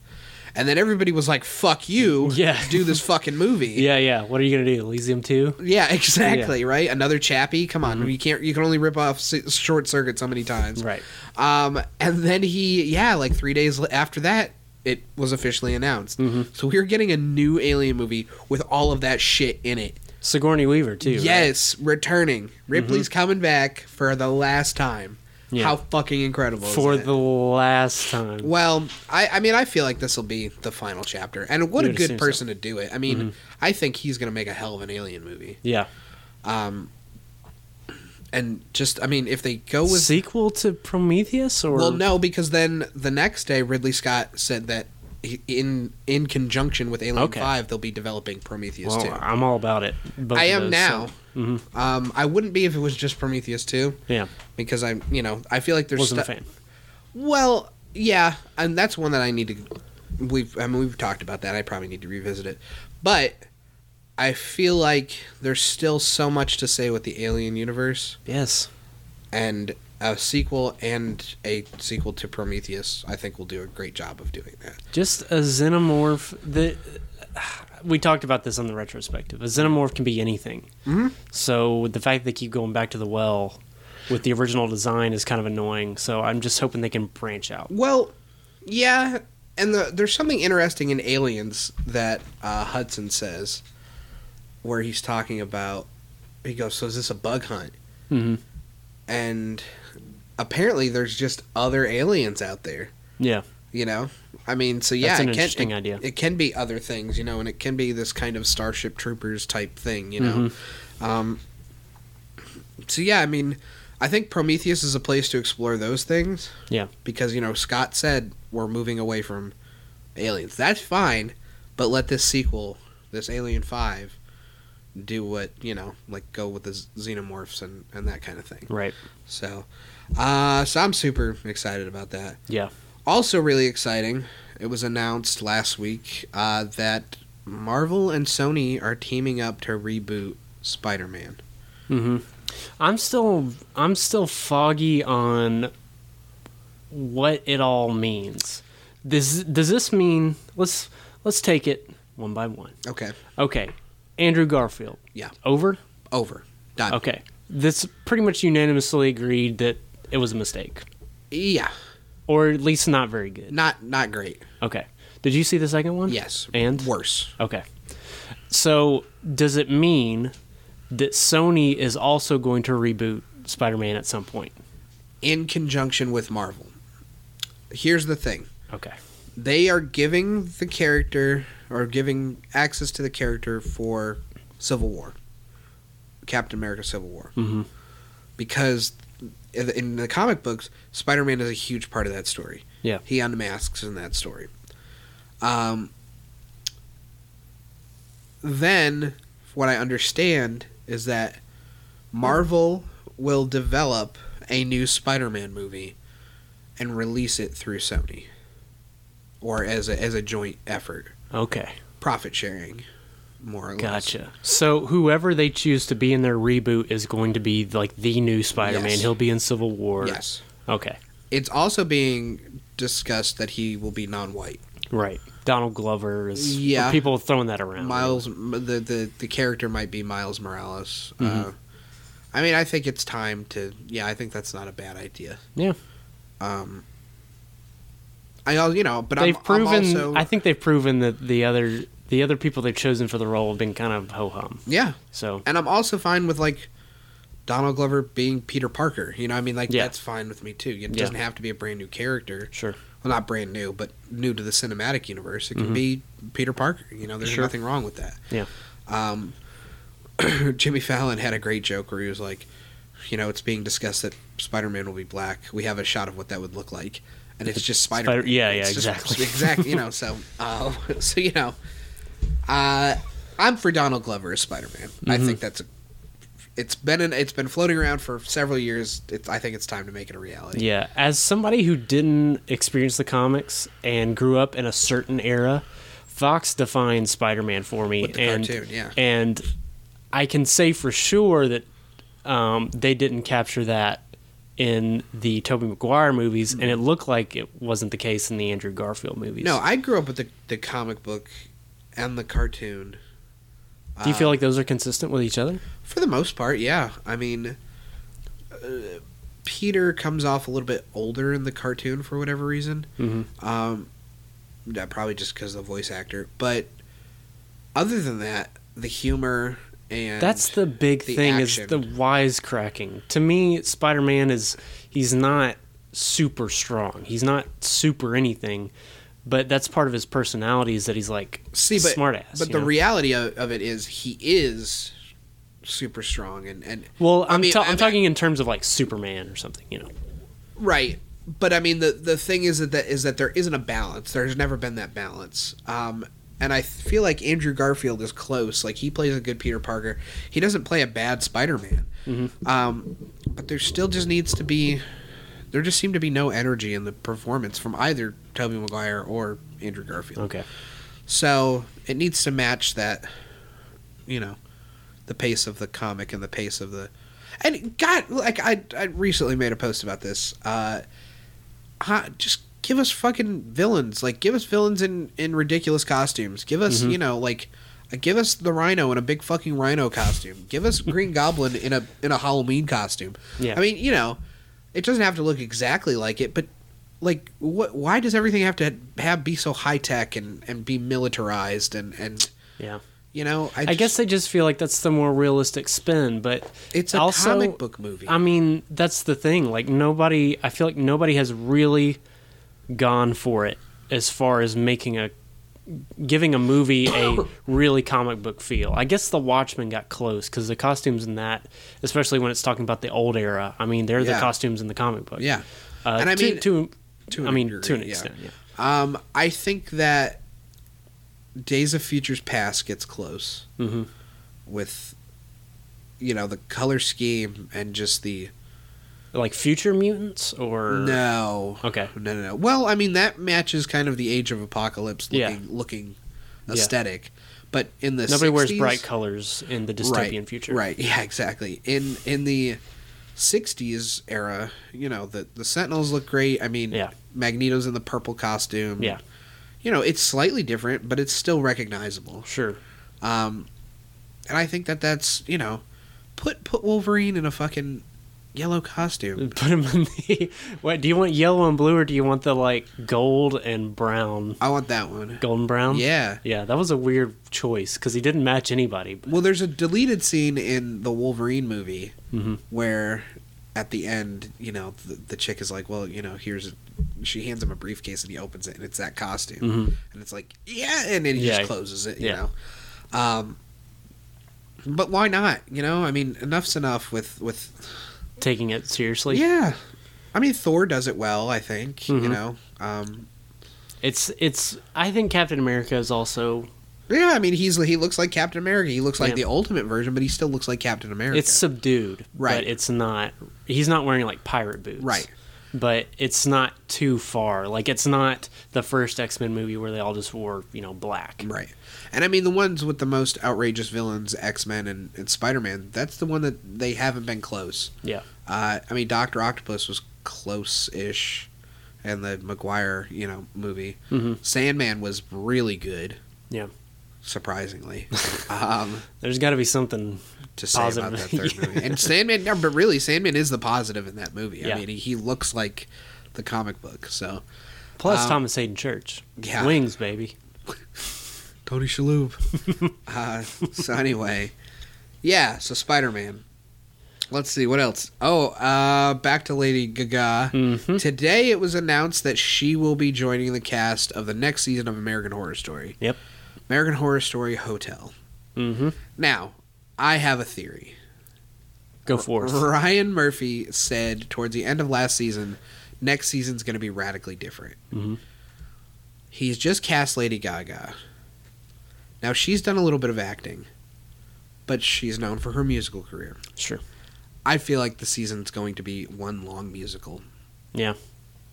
[SPEAKER 1] And then everybody was like, "Fuck you!
[SPEAKER 2] Yeah.
[SPEAKER 1] do this fucking movie."
[SPEAKER 2] Yeah, yeah. What are you gonna do? Elysium two?
[SPEAKER 1] Yeah, exactly. Right, another Chappie. Come on, you can't. You can only rip off si- short circuit so many times.
[SPEAKER 2] Mm-hmm. Right.
[SPEAKER 1] Um, and then he, yeah, like three days l- after that, it was officially announced.
[SPEAKER 2] Mm-hmm.
[SPEAKER 1] So we are getting a new Alien movie with all of that shit in it.
[SPEAKER 2] Sigourney Weaver too. right? Mm-hmm.
[SPEAKER 1] Yes, returning. Ripley's coming back for the last time.
[SPEAKER 2] Yeah.
[SPEAKER 1] How fucking incredible! is
[SPEAKER 2] For
[SPEAKER 1] that?
[SPEAKER 2] the last time.
[SPEAKER 1] Well, I, I mean, I feel like this will be the final chapter, and what a
[SPEAKER 2] You would
[SPEAKER 1] good
[SPEAKER 2] assume so.
[SPEAKER 1] person to do it. I mean,
[SPEAKER 2] Mm-hmm.
[SPEAKER 1] I think he's gonna make a hell of an Alien movie.
[SPEAKER 2] Yeah.
[SPEAKER 1] Um, and just, I mean, if they go with.
[SPEAKER 2] Sequel to Prometheus or
[SPEAKER 1] well, no, because then the next day, Ridley Scott said that he- in in conjunction with Alien
[SPEAKER 2] Okay.
[SPEAKER 1] 5, they'll be developing Prometheus
[SPEAKER 2] Well,
[SPEAKER 1] 2.
[SPEAKER 2] I'm all about it. Both
[SPEAKER 1] I
[SPEAKER 2] of
[SPEAKER 1] am
[SPEAKER 2] those,
[SPEAKER 1] now.
[SPEAKER 2] so- Mhm.
[SPEAKER 1] Um, I wouldn't be if it was just Prometheus 2,
[SPEAKER 2] Yeah.
[SPEAKER 1] because I'm, you know, I feel like there's.
[SPEAKER 2] Wasn't a
[SPEAKER 1] stu-
[SPEAKER 2] fan.
[SPEAKER 1] Well, yeah, and that's one that I need to. We've, I mean, we've talked about that. I probably need to revisit it, but I feel like there's still so much to say with the Alien universe.
[SPEAKER 2] Yes.
[SPEAKER 1] and a sequel and a sequel to Prometheus, I think will do a great job of doing that.
[SPEAKER 2] Just a xenomorph. The we talked about this on the retrospective. A xenomorph can be anything.
[SPEAKER 1] Mhm.
[SPEAKER 2] So the fact they keep going back to the well with the original design is kind of annoying. So I'm just hoping they can branch out.
[SPEAKER 1] Well, yeah, and the, there's something interesting in Aliens that uh, Hudson says, where he's talking about. He goes, "So is this a bug hunt?"
[SPEAKER 2] Mm-hmm.
[SPEAKER 1] And apparently, there's just other aliens out there.
[SPEAKER 2] Yeah.
[SPEAKER 1] You know, I mean, so yeah,
[SPEAKER 2] That's an
[SPEAKER 1] it can,
[SPEAKER 2] interesting
[SPEAKER 1] it-
[SPEAKER 2] idea.
[SPEAKER 1] It can be other things, you know, and it can be this kind of Starship Troopers type thing, you know.
[SPEAKER 2] Mm-hmm.
[SPEAKER 1] Um, so yeah, I mean, I think Prometheus is a place to explore those things.
[SPEAKER 2] Yeah.
[SPEAKER 1] Because you know Scott said we're moving away from aliens. That's fine, but let this sequel, this Alien Five, do what you know, like go with the z- xenomorphs and and that kind of thing.
[SPEAKER 2] Right.
[SPEAKER 1] So, uh, so I'm super excited about that.
[SPEAKER 2] Yeah.
[SPEAKER 1] Also, really exciting. It was announced last week uh, that Marvel and Sony are teaming up to reboot Spider-Man.
[SPEAKER 2] hmm I'm still I'm still foggy on what it all means. Does does this mean let's let's take it one by one.
[SPEAKER 1] Okay,
[SPEAKER 2] Okay. Andrew Garfield.
[SPEAKER 1] Yeah.
[SPEAKER 2] Over?
[SPEAKER 1] over, done.
[SPEAKER 2] Okay. This pretty much unanimously agreed that it was a mistake.
[SPEAKER 1] Yeah,
[SPEAKER 2] Or at least not very good.
[SPEAKER 1] not not great.
[SPEAKER 2] Okay. Did you see the second one?
[SPEAKER 1] Yes,
[SPEAKER 2] And
[SPEAKER 1] worse.
[SPEAKER 2] Okay. So does it mean that Sony is also going to reboot Spider Man at some point?
[SPEAKER 1] in conjunction with Marvel. Here's the thing
[SPEAKER 2] Okay.
[SPEAKER 1] they are giving the character, or giving access to the character for Civil War, Captain America Civil War.
[SPEAKER 2] Mhm.
[SPEAKER 1] Because in the- in the comic books, Spider Man is a huge part of that story.
[SPEAKER 2] Yeah.
[SPEAKER 1] He unmasks in that story. Um, then, what I understand is that Marvel will develop a new Spider-Man movie and release it through Sony or as a, as a joint effort,
[SPEAKER 2] Okay.
[SPEAKER 1] profit sharing, more or less.
[SPEAKER 2] Gotcha. So whoever they choose to be in their reboot is going to be like the new Spider Man.
[SPEAKER 1] Yes.
[SPEAKER 2] He'll be in Civil War.
[SPEAKER 1] Yes.
[SPEAKER 2] Okay.
[SPEAKER 1] It's also being discussed that he will be non-white.
[SPEAKER 2] Right. Donald Glover is
[SPEAKER 1] Yeah.
[SPEAKER 2] people throwing that around.
[SPEAKER 1] Miles, m- the, the the character might be Miles Morales.
[SPEAKER 2] Mm-hmm.
[SPEAKER 1] Uh, I mean, I think it's time to. Yeah, I think that's not a bad idea.
[SPEAKER 2] Yeah.
[SPEAKER 1] Um, I al- you know, but
[SPEAKER 2] they've
[SPEAKER 1] I'm,
[SPEAKER 2] proven
[SPEAKER 1] I'm also
[SPEAKER 2] I think they've proven that the other the other people they've chosen for the role have been kind of ho hum.
[SPEAKER 1] yeah,
[SPEAKER 2] So
[SPEAKER 1] and I'm also fine with like Donald Glover being Peter Parker. You know, I mean, like
[SPEAKER 2] Yeah.
[SPEAKER 1] that's fine with me too. It
[SPEAKER 2] Yeah.
[SPEAKER 1] doesn't have to be a brand new character.
[SPEAKER 2] sure.
[SPEAKER 1] Well, not brand new, but new to the cinematic universe. It can be Peter Parker. You know, there's
[SPEAKER 2] Mm-hmm. Sure.
[SPEAKER 1] nothing wrong with that.
[SPEAKER 2] Yeah.
[SPEAKER 1] Um, Jimmy Fallon had a great joke where he was like, you know, it's being discussed that Spider-Man will be black. We have a shot of what that would look like, and it's just Spider. man
[SPEAKER 2] Spider- yeah, yeah, exactly.
[SPEAKER 1] exactly. You know, so uh, so you know, uh, I'm for Donald Glover as Spider-Man. I
[SPEAKER 2] Mm-hmm.
[SPEAKER 1] think that's a. It's been an, it's been floating around for several years. It's, I think it's time to make it a reality.
[SPEAKER 2] Yeah, as somebody who didn't experience the comics and grew up in a certain era, Fox defined Spider-Man for me.
[SPEAKER 1] With the
[SPEAKER 2] and,
[SPEAKER 1] cartoon, yeah.
[SPEAKER 2] And I can say for sure that um, they didn't capture that in the Tobey Maguire movies, and it looked like it wasn't the case in the Andrew Garfield movies.
[SPEAKER 1] No, I grew up with the the comic book and the cartoon. Uh,
[SPEAKER 2] Do you feel like those are consistent with each other?
[SPEAKER 1] For the most part, yeah. I mean, uh, Peter comes off a little bit older in the cartoon for whatever reason.
[SPEAKER 2] Mm-hmm.
[SPEAKER 1] Um, yeah, probably just because of the voice actor. But other than that, the humor and
[SPEAKER 2] That's the big
[SPEAKER 1] the
[SPEAKER 2] thing
[SPEAKER 1] action.
[SPEAKER 2] is the wisecracking. To me, Spider Man is he's not super strong. He's not super anything, but that's part of his personality is that he's like
[SPEAKER 1] see, but
[SPEAKER 2] smart ass.
[SPEAKER 1] But the reality of, of it is he is super strong and and
[SPEAKER 2] well,
[SPEAKER 1] I
[SPEAKER 2] I'm,
[SPEAKER 1] mean,
[SPEAKER 2] ta-
[SPEAKER 1] I
[SPEAKER 2] I'm
[SPEAKER 1] mean-
[SPEAKER 2] talking in terms of like Superman or something, you know.
[SPEAKER 1] Right. But I mean the the thing is that, that is that there isn't a balance. There's never been that balance. Um and I feel like Andrew Garfield is close. Like he plays a good Peter Parker. He doesn't play a bad Spider-Man. Um but there still just needs to be there just seemed to be no energy in the performance from either Tobey Maguire or Andrew Garfield.
[SPEAKER 2] Okay,
[SPEAKER 1] So it needs to match that, you know, the pace of the comic and the pace of the. And God, like I, I recently made a post about this. Uh, huh, just give us fucking villains. Like give us villains in in ridiculous costumes. Give us you know like. uh, Give us the Rhino in a big fucking Rhino costume. Give us Green Goblin in a in a Halloween costume.
[SPEAKER 2] Yeah.
[SPEAKER 1] I mean, you know, it doesn't have to look exactly like it, but like what why does everything have to have be so high tech and and be militarized and and
[SPEAKER 2] yeah.
[SPEAKER 1] you know
[SPEAKER 2] I
[SPEAKER 1] just-
[SPEAKER 2] guess they just feel like that's the more realistic spin, but
[SPEAKER 1] It's a
[SPEAKER 2] also, um,
[SPEAKER 1] comic book movie.
[SPEAKER 2] I mean, that's the thing. Like nobody, I feel like nobody has really gone for it as far as making a giving a movie a really comic book feel. I guess The Watchmen got close because the costumes in that, especially when it's talking about the old era. I mean, they're
[SPEAKER 1] Yeah.
[SPEAKER 2] the costumes in the comic book.
[SPEAKER 1] yeah
[SPEAKER 2] uh,
[SPEAKER 1] and I
[SPEAKER 2] to-
[SPEAKER 1] mean
[SPEAKER 2] to,
[SPEAKER 1] to
[SPEAKER 2] I
[SPEAKER 1] an
[SPEAKER 2] mean, to an
[SPEAKER 1] degree, yeah.
[SPEAKER 2] extent, yeah.
[SPEAKER 1] um I think that Days of Futures Past gets close
[SPEAKER 2] Mhm.
[SPEAKER 1] with you know the color scheme and just the
[SPEAKER 2] Like future mutants or
[SPEAKER 1] no
[SPEAKER 2] Okay.
[SPEAKER 1] no no no well I mean that matches kind of the Age of Apocalypse
[SPEAKER 2] Yeah.
[SPEAKER 1] looking looking
[SPEAKER 2] Yeah.
[SPEAKER 1] aesthetic but in the
[SPEAKER 2] Nobody wears
[SPEAKER 1] 60s
[SPEAKER 2] bright colors in the dystopian
[SPEAKER 1] right,
[SPEAKER 2] future.
[SPEAKER 1] Right. Yeah. Exactly. In in the '60s era, you know, the the Sentinels look great. I mean,
[SPEAKER 2] Yeah.
[SPEAKER 1] Magneto's in the purple costume.
[SPEAKER 2] Yeah.
[SPEAKER 1] You know, it's slightly different, but it's still recognizable.
[SPEAKER 2] Sure.
[SPEAKER 1] Um, and I think that that's you know, put put Wolverine in a fucking yellow costume.
[SPEAKER 2] Put them in the. What do you want? Yellow and blue, or do you want the like gold and brown?
[SPEAKER 1] I want that one.
[SPEAKER 2] Golden brown.
[SPEAKER 1] Yeah.
[SPEAKER 2] Yeah, that was a weird choice because he didn't match anybody. but-
[SPEAKER 1] Well, there's a deleted scene in the Wolverine movie
[SPEAKER 2] Mhm.
[SPEAKER 1] where at the end, you know, the, the chick is like, "Well, you know, here's," she hands him a briefcase and he opens it and it's that costume,
[SPEAKER 2] Mhm.
[SPEAKER 1] and it's like, "Yeah," and then he
[SPEAKER 2] Yeah.
[SPEAKER 1] just closes it, you
[SPEAKER 2] Yeah.
[SPEAKER 1] know. Um, but why not? You know, I mean, enough's enough with with
[SPEAKER 2] Taking it seriously.
[SPEAKER 1] yeah. I mean, Thor does it well, I think. You
[SPEAKER 2] Mhm.
[SPEAKER 1] know, um,
[SPEAKER 2] It's it's. I think Captain America is also.
[SPEAKER 1] yeah. I mean, he's he looks like Captain America. He looks like
[SPEAKER 2] Yeah.
[SPEAKER 1] the ultimate version, but he still looks like Captain America.
[SPEAKER 2] It's subdued,
[SPEAKER 1] Right.
[SPEAKER 2] But it's not. He's not wearing like pirate boots,
[SPEAKER 1] Right.
[SPEAKER 2] But it's not too far. Like it's not the first X Men movie where they all just wore you know black.
[SPEAKER 1] Right. And I mean, the ones with the most outrageous villains, X Men and, and Spider Man, that's the one that they haven't been close.
[SPEAKER 2] Yeah.
[SPEAKER 1] Uh, I mean, Dr. Octopus was close ish and the McGuire, you know, movie.
[SPEAKER 2] Mhm.
[SPEAKER 1] Sandman was really good.
[SPEAKER 2] Yeah.
[SPEAKER 1] Surprisingly, um,
[SPEAKER 2] There's got to be something.
[SPEAKER 1] to say
[SPEAKER 2] Positive.
[SPEAKER 1] about that third movie, and Sandman, no, but really, Sandman is the positive in that movie.
[SPEAKER 2] Yeah.
[SPEAKER 1] I mean, he, he looks like the comic book. So
[SPEAKER 2] Plus
[SPEAKER 1] Um,
[SPEAKER 2] Thomas Hayden Church.
[SPEAKER 1] yeah.
[SPEAKER 2] Wings, baby.
[SPEAKER 1] Tony Shalhoub. uh, so anyway, yeah. So Spider Man. Let's see what else. Oh, uh, back to Lady Gaga.
[SPEAKER 2] Mhm.
[SPEAKER 1] Today it was announced that she will be joining the cast of the next season of American Horror Story.
[SPEAKER 2] Yep.
[SPEAKER 1] American Horror Story Hotel.
[SPEAKER 2] Mm-hmm.
[SPEAKER 1] Now, I have a theory.
[SPEAKER 2] Go forth.
[SPEAKER 1] Ryan Murphy said towards the end of last season, next season's going to be radically different.
[SPEAKER 2] Mhm.
[SPEAKER 1] He's just cast Lady Gaga. Now, she's done a little bit of acting, but she's known for her musical career.
[SPEAKER 2] Sure.
[SPEAKER 1] I feel like the season's going to be one long musical.
[SPEAKER 2] Yeah.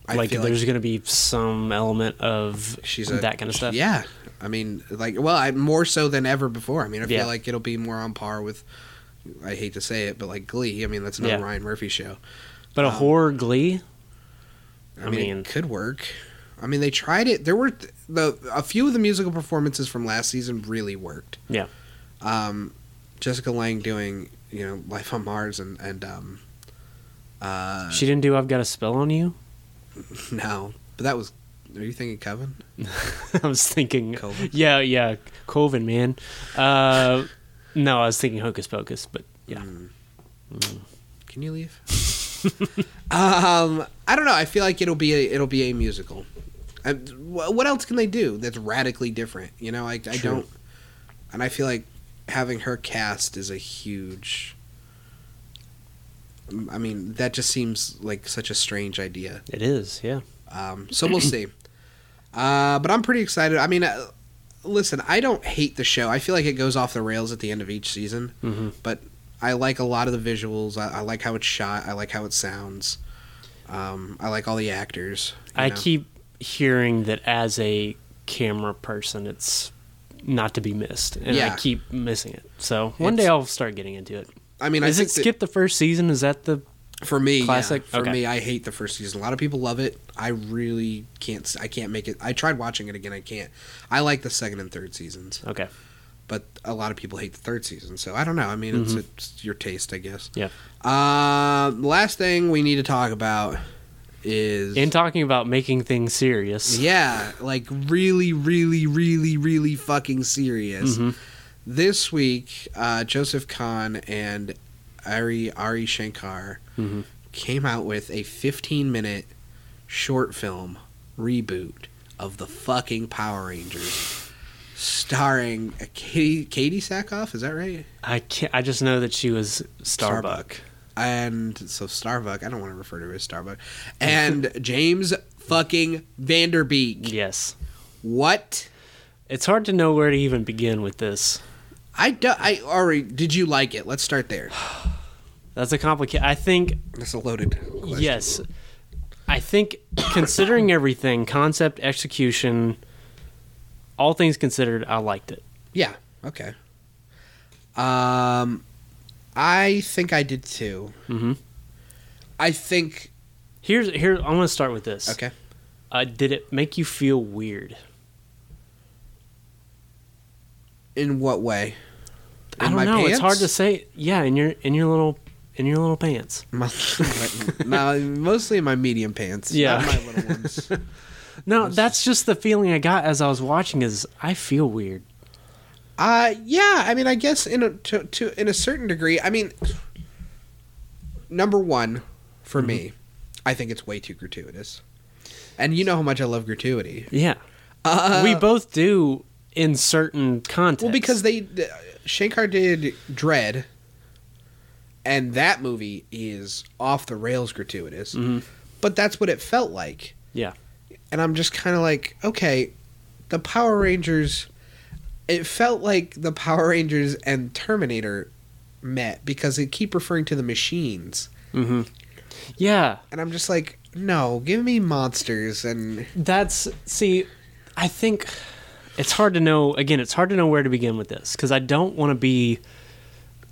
[SPEAKER 1] I
[SPEAKER 2] like
[SPEAKER 1] feel
[SPEAKER 2] there's going to be some element of
[SPEAKER 1] she's a-
[SPEAKER 2] that kind of stuff.
[SPEAKER 1] Yeah, I mean, like, well, I, more so than ever before. I mean, I
[SPEAKER 2] Yeah.
[SPEAKER 1] feel like it'll be more on par with. I hate to say it, but like Glee. I mean, that's another
[SPEAKER 2] Yeah.
[SPEAKER 1] Ryan Murphy show.
[SPEAKER 2] But a
[SPEAKER 1] Um,
[SPEAKER 2] horror glee?
[SPEAKER 1] I,
[SPEAKER 2] I
[SPEAKER 1] mean,
[SPEAKER 2] mean-
[SPEAKER 1] it could work. I mean, they tried it. There were th- the a few of the musical performances from last season really worked.
[SPEAKER 2] Yeah.
[SPEAKER 1] Um, Jessica Lang doing you know Life on Mars and and um, uh,
[SPEAKER 2] She didn't do I've Got a Spell on You?
[SPEAKER 1] no, but that was. Are you thinking Coven?
[SPEAKER 2] I was thinking.
[SPEAKER 1] Coven.
[SPEAKER 2] Yeah, yeah. Coven, man. Uh, no, I was thinking Hocus Pocus, but yeah.
[SPEAKER 1] Hmm.
[SPEAKER 2] Mm-hmm.
[SPEAKER 1] Can you leave? um, I don't know. I feel like it'll be a, it'll be a musical. I, wh- what else can they do that's radically different? You know, like I
[SPEAKER 2] True.
[SPEAKER 1] don't, and I feel like having her cast is a huge. I mean, that just seems like such a strange idea.
[SPEAKER 2] It is, yeah.
[SPEAKER 1] Um, so we'll see. Uh, but I'm pretty excited. I mean, uh, listen, I don't hate the show. I feel like it goes off the rails at the end of each season,
[SPEAKER 2] Mhm.
[SPEAKER 1] but I like a lot of the visuals. I, I like how it's shot. I like how it sounds. Um, I like all the actors. you
[SPEAKER 2] I
[SPEAKER 1] know?
[SPEAKER 2] keep hearing that as a camera person, it's not to be missed, and
[SPEAKER 1] Yeah.
[SPEAKER 2] I keep missing it. So one day
[SPEAKER 1] It's-
[SPEAKER 2] I'll start getting into it.
[SPEAKER 1] I mean, I
[SPEAKER 2] Is
[SPEAKER 1] think
[SPEAKER 2] it skip the first season? Is that the
[SPEAKER 1] that for me. yeah.
[SPEAKER 2] classic?
[SPEAKER 1] for
[SPEAKER 2] Okay.
[SPEAKER 1] me, I hate the first season. A lot of people love it. I really can't. s- I can't make it. I tried watching it again. I can't. I like the second and third seasons,
[SPEAKER 2] okay?
[SPEAKER 1] but a lot of people hate the third season. So I don't know. I mean, it's, it's your taste, I guess.
[SPEAKER 2] Mm-hmm. Yeah.
[SPEAKER 1] Uh, last thing we need to talk about is
[SPEAKER 2] In talking about making things serious,
[SPEAKER 1] yeah, like really, really, really, really fucking serious.
[SPEAKER 2] Mhm.
[SPEAKER 1] This week, uh, Joseph Kahn and Ari Ari Shankar
[SPEAKER 2] Mhm.
[SPEAKER 1] came out with a 15 minute short film reboot of the fucking Power Rangers, starring a Katie Katie Sackhoff. Is that right?
[SPEAKER 2] I can't, I just know that she was Starbuck.
[SPEAKER 1] and so Starbuck. I don't want to refer to her as Starbuck. And James fucking Vanderbeek.
[SPEAKER 2] Yes,
[SPEAKER 1] What?
[SPEAKER 2] it's hard to know where to even begin with this.
[SPEAKER 1] I do, I Ari, did you like it? Let's start there.
[SPEAKER 2] That's a complicated. I think
[SPEAKER 1] That's a loaded. Question.
[SPEAKER 2] Yes. I think considering everything, concept, execution, all things considered, I liked it.
[SPEAKER 1] Yeah. Okay. Um, I think I did too.
[SPEAKER 2] Mhm.
[SPEAKER 1] I think.
[SPEAKER 2] Here's here I want to start with this.
[SPEAKER 1] Okay.
[SPEAKER 2] Uh, did it make you feel weird?
[SPEAKER 1] In what way? In
[SPEAKER 2] I don't
[SPEAKER 1] my
[SPEAKER 2] know. It's hard
[SPEAKER 1] pants?
[SPEAKER 2] to say. Yeah, in your in your little in your little pants.
[SPEAKER 1] My, no, mostly in my medium pants.
[SPEAKER 2] Yeah.
[SPEAKER 1] Not my little ones.
[SPEAKER 2] No, that's just the feeling I got as I was watching. Is I feel weird.
[SPEAKER 1] Uh, yeah. I mean, I guess in a to, to in a certain degree. I mean, number one for
[SPEAKER 2] Mm-hmm.
[SPEAKER 1] me, I think it's way too gratuitous, and you know how much I love gratuity.
[SPEAKER 2] Yeah,
[SPEAKER 1] Uh,
[SPEAKER 2] we both do in certain contexts.
[SPEAKER 1] well because they the- Shankar did Dread, and that movie is off the rails gratuitous, but that's what it felt like.
[SPEAKER 2] Mm-hmm. yeah,
[SPEAKER 1] and I'm just kind of like, okay, the Power Rangers. It felt like the Power Rangers and Terminator met because they keep referring to the machines,
[SPEAKER 2] Mm-hmm. yeah.
[SPEAKER 1] and I'm just like, no, give me monsters and
[SPEAKER 2] That's see, I think it's hard to know. Again, it's hard to know where to begin with this because I don't want to be,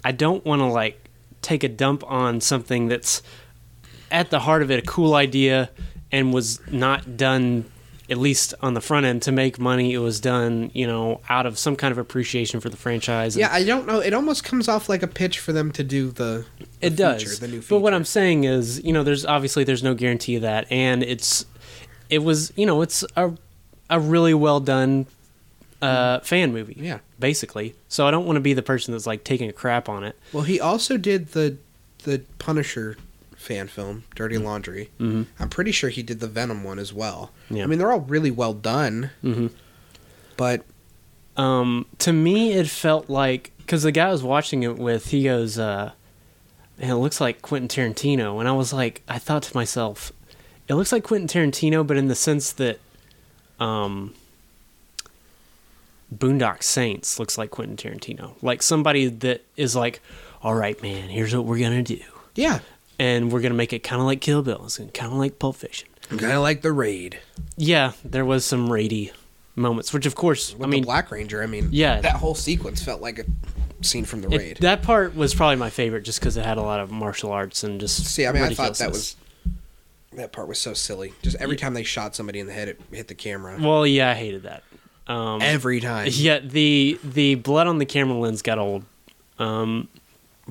[SPEAKER 2] I don't want to like take a dump on something that's at the heart of it a cool idea and was not done at least on the front end to make money. It was done, you know, out of some kind of appreciation for the franchise. and-
[SPEAKER 1] yeah, I don't know. It almost comes off like a pitch for them to do the. the
[SPEAKER 2] it does
[SPEAKER 1] feature, the new
[SPEAKER 2] but what
[SPEAKER 1] feature.
[SPEAKER 2] i'm saying is you know there's obviously there's no guarantee of that and it's it was you know it's a, a really well done uh, fan movie
[SPEAKER 1] Mm-hmm. Yeah.
[SPEAKER 2] basically so i don't want to be the person that's like taking a crap on it
[SPEAKER 1] Well, he also did the the Punisher fan film, Dirty Laundry. Mm-hmm. I'm pretty sure he did the Venom one as well.
[SPEAKER 2] Yeah.
[SPEAKER 1] I mean, they're all really well done,
[SPEAKER 2] Mhm.
[SPEAKER 1] but
[SPEAKER 2] um, to me it felt like because the guy I was watching it with, he goes, uh, "Man, it looks like Quentin Tarantino." And I was like, I thought to myself, it looks like Quentin Tarantino, but in the sense that, um, Boondock Saints looks like Quentin Tarantino, like somebody that is like, "All right, man, here's what we're gonna do,
[SPEAKER 1] Yeah.
[SPEAKER 2] and we're gonna make it kind of like Kill Bill, it's kind of like Pulp Fiction."
[SPEAKER 1] Kind of like the raid.
[SPEAKER 2] Yeah, there was some raidy moments, which of course,
[SPEAKER 1] With
[SPEAKER 2] I mean,
[SPEAKER 1] the Black Ranger, I mean,
[SPEAKER 2] Yeah.
[SPEAKER 1] that whole sequence felt like a scene from the
[SPEAKER 2] It-
[SPEAKER 1] raid.
[SPEAKER 2] that part was probably my favorite just because it had a lot of martial arts and just.
[SPEAKER 1] See, I mean, I thought that was
[SPEAKER 2] ridiculousness.
[SPEAKER 1] that part was so silly. Just every time they shot somebody in the head, it hit the camera.
[SPEAKER 2] Well, yeah, I hated that. Um,
[SPEAKER 1] every time,
[SPEAKER 2] yeah, the the blood on the camera lens got old. Um,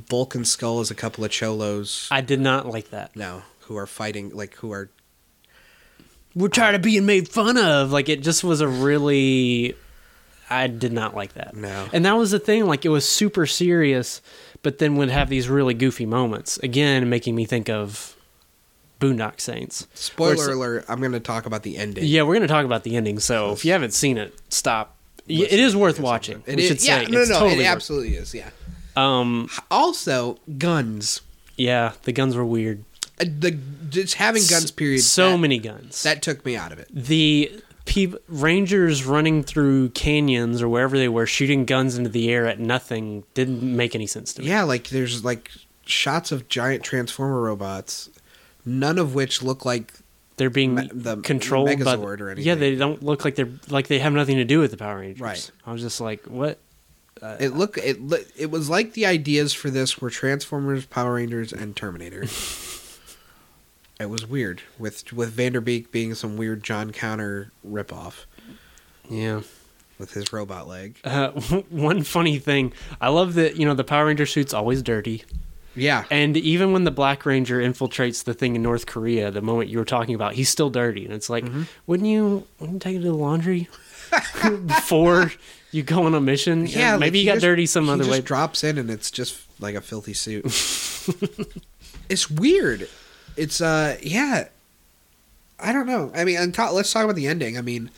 [SPEAKER 1] Vulcan Skull is a couple of cholos
[SPEAKER 2] I did not like that.
[SPEAKER 1] now who are fighting, like who are
[SPEAKER 2] We're tired of being made fun of. Like it just was a really. I did not like that.
[SPEAKER 1] No.
[SPEAKER 2] And that was the thing. Like it was super serious, but then would have these really goofy moments. Again, making me think of Boondock Saints.
[SPEAKER 1] spoiler
[SPEAKER 2] Where s-
[SPEAKER 1] alert. I'm going to talk about the ending.
[SPEAKER 2] Yeah, we're gonna talk about the ending. So if you haven't seen it, stop. Y- it is worth watching.
[SPEAKER 1] It
[SPEAKER 2] we
[SPEAKER 1] is-
[SPEAKER 2] should say
[SPEAKER 1] yeah, no,
[SPEAKER 2] it's
[SPEAKER 1] no,
[SPEAKER 2] totally
[SPEAKER 1] it
[SPEAKER 2] worth-
[SPEAKER 1] absolutely is. Yeah.
[SPEAKER 2] Um,
[SPEAKER 1] Also, guns.
[SPEAKER 2] yeah, the guns were weird.
[SPEAKER 1] Uh, The just having guns. Period.
[SPEAKER 2] So
[SPEAKER 1] that-
[SPEAKER 2] many guns.
[SPEAKER 1] That took me out of it.
[SPEAKER 2] the peop rangers running through canyons or wherever they were, shooting guns into the air at nothing, didn't make any sense to me.
[SPEAKER 1] Yeah, like there's like shots of giant transformer robots, none of which look like
[SPEAKER 2] They're being
[SPEAKER 1] Me- the- the
[SPEAKER 2] controlled by.
[SPEAKER 1] Megazord or
[SPEAKER 2] Yeah,
[SPEAKER 1] anything.
[SPEAKER 2] they don't look like they're like they have nothing to do with the Power Rangers.
[SPEAKER 1] Right.
[SPEAKER 2] I was just like, what? Uh,
[SPEAKER 1] it look it look, it was like the ideas for this were Transformers, Power Rangers, and Terminator. it was weird with with Vanderbeek being some weird John Counter ripoff
[SPEAKER 2] Yeah.
[SPEAKER 1] with his robot leg.
[SPEAKER 2] Uh, one funny thing, I love that you know the Power Ranger suit's always dirty.
[SPEAKER 1] Yeah,
[SPEAKER 2] And even when the Black Ranger infiltrates the thing in North Korea, the moment you were talking about, he's still dirty. And it's like,
[SPEAKER 1] Mm-hmm.
[SPEAKER 2] wouldn't you wouldn't you take it to the laundry before you go on a mission?
[SPEAKER 1] yeah. like,
[SPEAKER 2] maybe
[SPEAKER 1] he
[SPEAKER 2] you got
[SPEAKER 1] just-
[SPEAKER 2] dirty some
[SPEAKER 1] he
[SPEAKER 2] other
[SPEAKER 1] just
[SPEAKER 2] way.
[SPEAKER 1] Drops in and it's just like a filthy suit. it's weird. It's uh yeah. I don't know. I mean, and ta- let's talk about the ending. I mean,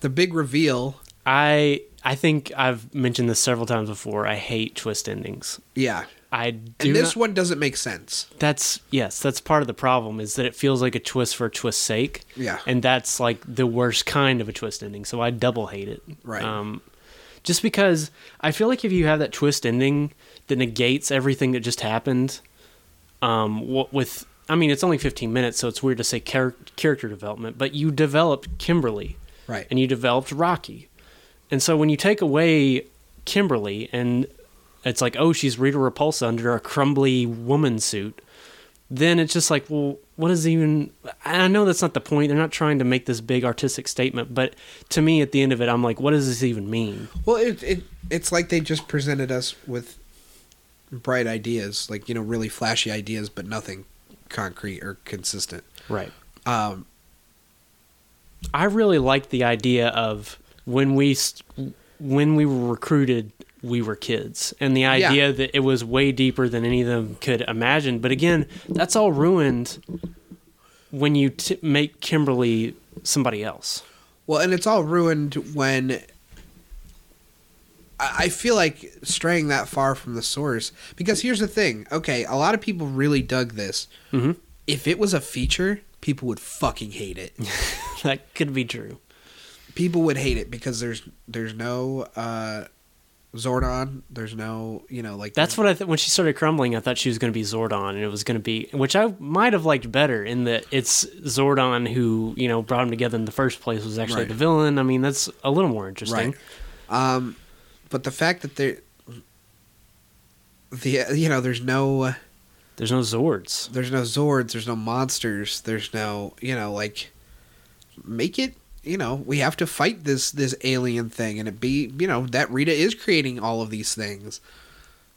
[SPEAKER 1] the big reveal.
[SPEAKER 2] I I think I've mentioned this several times before. I hate twist endings.
[SPEAKER 1] Yeah,
[SPEAKER 2] I do.
[SPEAKER 1] and this
[SPEAKER 2] not-
[SPEAKER 1] one doesn't make sense.
[SPEAKER 2] that's yes, that's part of the problem is that it feels like a twist for twist's sake.
[SPEAKER 1] Yeah.
[SPEAKER 2] And that's like the worst kind of a twist ending. So I double hate it.
[SPEAKER 1] Right.
[SPEAKER 2] Um just because I feel like if you have that twist ending that negates everything that just happened, um what with I mean it's only 15 minutes so it's weird to say char- character development, but you developed Kimberly
[SPEAKER 1] Right.
[SPEAKER 2] and you developed Rocky. And so when you take away Kimberly and it's like, oh, she's Rita Repulsa under a crumbly woman suit, then it's just like, well, what is even. I know that's not the point. They're not trying to make this big artistic statement, but to me at the end of it, I'm like, what does this even mean?
[SPEAKER 1] Well, it, it it's like they just presented us with bright ideas, like you know, really flashy ideas, but nothing concrete or consistent.
[SPEAKER 2] Right.
[SPEAKER 1] Um,
[SPEAKER 2] I really liked the idea of when we st- when we were recruited, we were kids, and the idea that it was way deeper than any of them could imagine. But again, that's all ruined when you t- make Kimberly somebody else.
[SPEAKER 1] well, and it's all ruined when I, I feel like straying that far from the source. Because here's the thing: okay, a lot of people really dug this.
[SPEAKER 2] Mhm.
[SPEAKER 1] If it was a feature, people would fucking hate it.
[SPEAKER 2] that could be true.
[SPEAKER 1] people would hate it because there's there's no uh, Zordon. There's no you know like
[SPEAKER 2] That's what I th- when she started crumbling. I thought she was going to be Zordon, and it was going to be which I might have liked better in that it's Zordon who you know brought them together in the first place was actually
[SPEAKER 1] Right.
[SPEAKER 2] the villain. I mean, that's a little more interesting.
[SPEAKER 1] Right. Um, but the fact that there, the you know, there's no
[SPEAKER 2] There's no Zords.
[SPEAKER 1] there's no Zords, there's no monsters, there's no you know like make it you know we have to fight this this alien thing and it be you know that Rita is creating all of these things.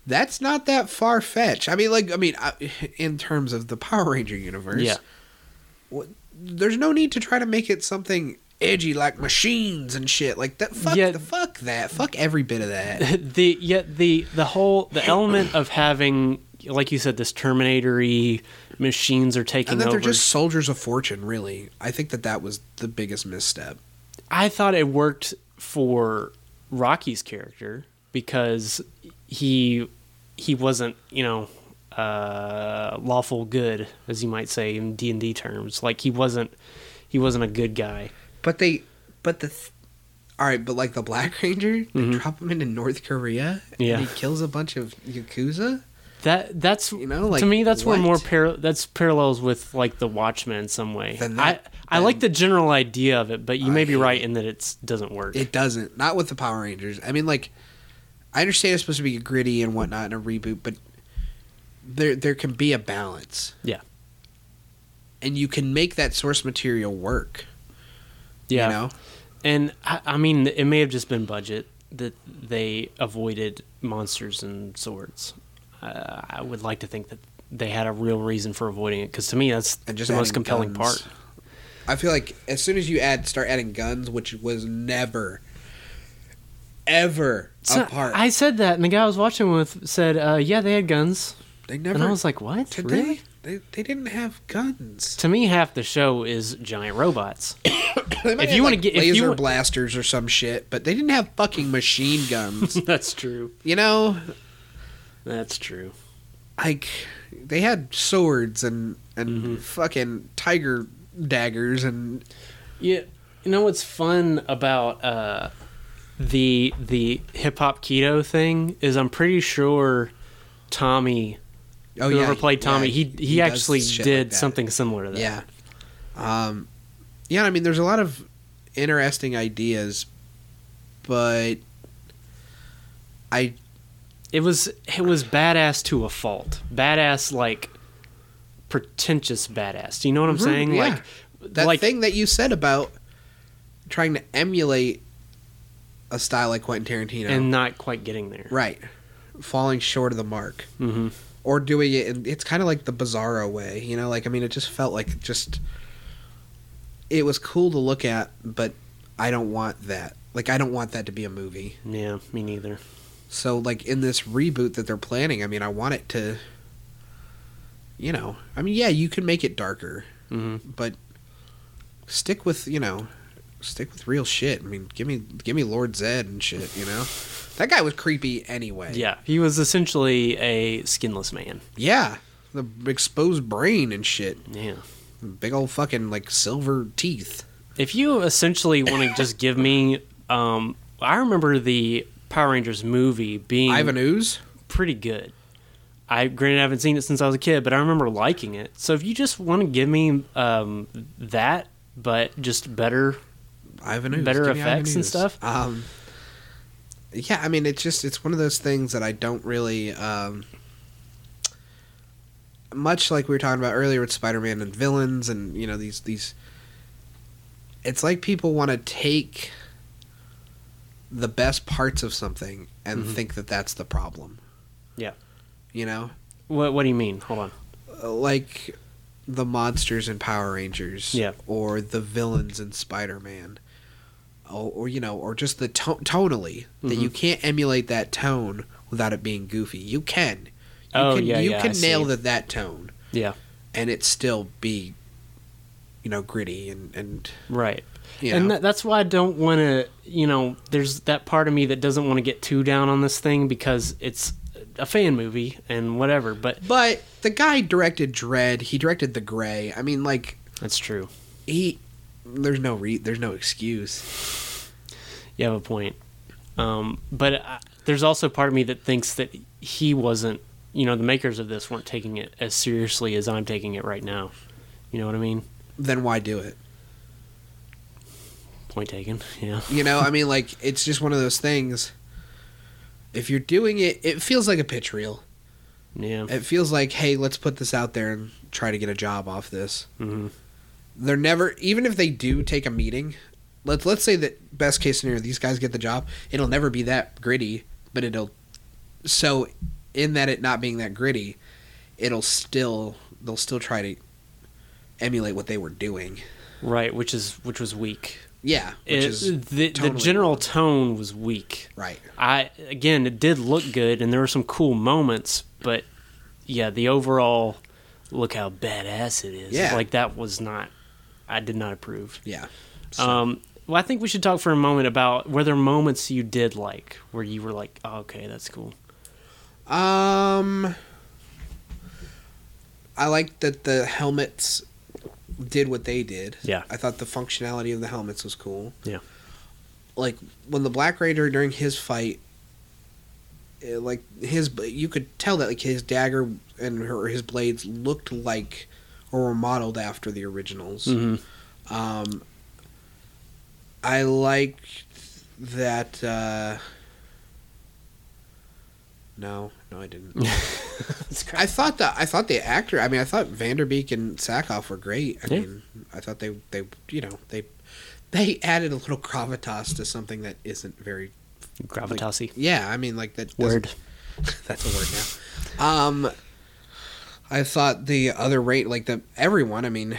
[SPEAKER 1] That's not that far fetched. I mean, like, I mean, I- in terms of the Power Ranger universe,
[SPEAKER 2] Yeah.
[SPEAKER 1] what- there's no need to try to make it something edgy like machines and shit like that. Fuck,
[SPEAKER 2] Yeah.
[SPEAKER 1] the, fuck that. Fuck every bit of that.
[SPEAKER 2] the yet the the whole the element of having like you said this terminatory machines are taking
[SPEAKER 1] and that
[SPEAKER 2] over
[SPEAKER 1] they're just soldiers of fortune really i think that that was the biggest misstep
[SPEAKER 2] i thought it worked for rocky's character because he he wasn't you know uh, lawful good as you might say in D and D terms. Like he wasn't he wasn't a good guy.
[SPEAKER 1] But they, but the, th- all right, but like the Black Ranger, they
[SPEAKER 2] Mhm.
[SPEAKER 1] drop him into North Korea,
[SPEAKER 2] Yeah.
[SPEAKER 1] and he kills a bunch of yakuza.
[SPEAKER 2] That that's
[SPEAKER 1] You know, like,
[SPEAKER 2] to me that's where more
[SPEAKER 1] what?
[SPEAKER 2] par- that's parallels with like the Watchmen in some way.
[SPEAKER 1] Then that-
[SPEAKER 2] I I like the
[SPEAKER 1] then-
[SPEAKER 2] general idea of it, but you
[SPEAKER 1] I
[SPEAKER 2] may be
[SPEAKER 1] hate
[SPEAKER 2] right
[SPEAKER 1] it.
[SPEAKER 2] in that it doesn't work.
[SPEAKER 1] It doesn't. Not with the Power Rangers. I mean, like, I understand it's supposed to be gritty and whatnot in a reboot, but there there can be a balance.
[SPEAKER 2] Yeah.
[SPEAKER 1] And you can make that source material work.
[SPEAKER 2] yeah,
[SPEAKER 1] You know?
[SPEAKER 2] and I, I mean it may have just been budget that they avoided monsters and swords. Uh, I would like to think that they had a real reason for avoiding it because to me that's
[SPEAKER 1] And just
[SPEAKER 2] the most
[SPEAKER 1] adding
[SPEAKER 2] compelling
[SPEAKER 1] guns.
[SPEAKER 2] part.
[SPEAKER 1] I feel like as soon as you add start adding guns, which was never ever
[SPEAKER 2] So,
[SPEAKER 1] a part.
[SPEAKER 2] I said that, and the guy I was watching with said, uh, "Yeah, they had guns,"
[SPEAKER 1] they never
[SPEAKER 2] and I was like, "What?
[SPEAKER 1] did
[SPEAKER 2] really?"
[SPEAKER 1] they? They, they didn't have guns.
[SPEAKER 2] To me, half the show is giant robots.
[SPEAKER 1] They might
[SPEAKER 2] If
[SPEAKER 1] have,
[SPEAKER 2] you wanna
[SPEAKER 1] like,
[SPEAKER 2] get- if
[SPEAKER 1] laser
[SPEAKER 2] you wa-
[SPEAKER 1] blasters or some shit, but they didn't have fucking machine guns.
[SPEAKER 2] That's true.
[SPEAKER 1] you know,
[SPEAKER 2] That's true.
[SPEAKER 1] like they had swords and and
[SPEAKER 2] Mm-hmm.
[SPEAKER 1] fucking tiger daggers and
[SPEAKER 2] Yeah, you know what's fun about uh, the the hip hop keto thing is I'm pretty sure Tommy,
[SPEAKER 1] oh
[SPEAKER 2] whoever
[SPEAKER 1] yeah,
[SPEAKER 2] played Tommy,
[SPEAKER 1] yeah,
[SPEAKER 2] he he,
[SPEAKER 1] does
[SPEAKER 2] actually
[SPEAKER 1] shit like
[SPEAKER 2] did
[SPEAKER 1] that.
[SPEAKER 2] something similar to that.
[SPEAKER 1] Yeah. Um, yeah, I mean, there's a lot of interesting ideas, but I
[SPEAKER 2] it was it was badass to a fault. Badass like pretentious badass. Do you know what I'm
[SPEAKER 1] Mhm,
[SPEAKER 2] saying?
[SPEAKER 1] yeah.
[SPEAKER 2] Like
[SPEAKER 1] that
[SPEAKER 2] like
[SPEAKER 1] thing that you said about trying to emulate a style like Quentin Tarantino,
[SPEAKER 2] and not quite getting there.
[SPEAKER 1] right, falling short of the mark.
[SPEAKER 2] hmm
[SPEAKER 1] or doing it and it's kind of like the bizarro way you know like i mean it just felt like just it was cool to look at but i don't want that like i don't want that to be a movie
[SPEAKER 2] Yeah, me neither.
[SPEAKER 1] so like in this reboot that they're planning i mean i want it to you know i mean yeah you can make it darker
[SPEAKER 2] hmm
[SPEAKER 1] but stick with you know stick with real shit i mean give me give me lord zed and shit you know that guy was creepy anyway
[SPEAKER 2] Yeah, he was essentially a skinless man.
[SPEAKER 1] yeah the exposed brain and shit
[SPEAKER 2] Yeah.
[SPEAKER 1] big old fucking like silver teeth.
[SPEAKER 2] If you essentially want to just give me, um, I remember the Power Rangers movie being
[SPEAKER 1] Ivan Ooze.
[SPEAKER 2] pretty good. I granted I haven't seen it since I was a kid, but I remember liking it. So if you just want to give me um, that, but just better,
[SPEAKER 1] Ivan Ooze.
[SPEAKER 2] Better
[SPEAKER 1] Give me Ivan
[SPEAKER 2] effects and
[SPEAKER 1] Ooze.
[SPEAKER 2] stuff?
[SPEAKER 1] Um, yeah, I mean it's just it's one of those things that I don't really. Um, much like we were talking about earlier with Spider-Man and villains, and you know these these. It's like people want to take the best parts of something and
[SPEAKER 2] Mhm.
[SPEAKER 1] think that that's the problem.
[SPEAKER 2] Yeah.
[SPEAKER 1] You know,
[SPEAKER 2] what? What do you mean? Hold on.
[SPEAKER 1] like the monsters in Power Rangers,
[SPEAKER 2] Yeah.
[SPEAKER 1] or the villains in Spider Man, or, or you know, or just the to- tonally that
[SPEAKER 2] Mm-hmm.
[SPEAKER 1] you can't emulate that tone without it being goofy. You can, you
[SPEAKER 2] Oh,
[SPEAKER 1] can,
[SPEAKER 2] yeah,
[SPEAKER 1] you
[SPEAKER 2] yeah, I
[SPEAKER 1] can nail
[SPEAKER 2] see.
[SPEAKER 1] the, that tone,
[SPEAKER 2] Yeah.
[SPEAKER 1] and it still be, you know, gritty and and
[SPEAKER 2] Right.
[SPEAKER 1] you
[SPEAKER 2] And
[SPEAKER 1] know,
[SPEAKER 2] that, that's why I don't want to, you know, there's that part of me that doesn't want to get too down on this thing because it's a fan movie and whatever, but
[SPEAKER 1] but the guy directed Dread. He directed The Gray. I mean, like
[SPEAKER 2] that's true.
[SPEAKER 1] he. There's no re- there's no excuse.
[SPEAKER 2] You have a point. Um, but I, there's also part of me that thinks that he wasn't, you know, the makers of this weren't taking it as seriously as I'm taking it right now. You know what I mean?
[SPEAKER 1] Then why do it?
[SPEAKER 2] Point taken. Yeah.
[SPEAKER 1] You know, I mean, like it's just one of those things. If you're doing it, it feels like a pitch reel.
[SPEAKER 2] Yeah.
[SPEAKER 1] It feels like, hey, let's put this out there and try to get a job off this.
[SPEAKER 2] hmm
[SPEAKER 1] They're never, even if they do take a meeting. Let's let's say that best case scenario, these guys get the job. It'll never be that gritty, but it'll. So, in that it not being that gritty, it'll still they'll still try to emulate what they were doing.
[SPEAKER 2] Right. Which is, which was weak.
[SPEAKER 1] Yeah, which
[SPEAKER 2] It-
[SPEAKER 1] is
[SPEAKER 2] the, the
[SPEAKER 1] totally
[SPEAKER 2] general
[SPEAKER 1] wrong.
[SPEAKER 2] tone was weak.
[SPEAKER 1] right.
[SPEAKER 2] I again, it did look good, and there were some cool moments, but yeah, the overall look how badass it is.
[SPEAKER 1] Yeah.
[SPEAKER 2] like that was not. I did not approve.
[SPEAKER 1] Yeah.
[SPEAKER 2] Um, Well, I think we should talk for a moment about were there moments you did like where you were like, oh, okay, that's cool.
[SPEAKER 1] Um, I like that the helmets did what they did.
[SPEAKER 2] Yeah.
[SPEAKER 1] I thought the functionality of the helmets was cool.
[SPEAKER 2] Yeah.
[SPEAKER 1] Like when the Black Raider during his fight, eh, like his you could tell that like his dagger and her his blades looked like or were modeled after the originals.
[SPEAKER 2] Mm-hmm.
[SPEAKER 1] Um, I like that. Uh, no, no, I didn't. I thought that I thought the actor. I mean, I thought Vanderbeek and Sackhoff were great. I
[SPEAKER 2] Yeah.
[SPEAKER 1] mean, I thought they they you know they they added a little gravitas to something that isn't very.
[SPEAKER 2] Gravitasy.
[SPEAKER 1] Yeah, I mean, like that doesn't-
[SPEAKER 2] Word.
[SPEAKER 1] that's a word now. Um, I thought the other rate, like the everyone. I mean,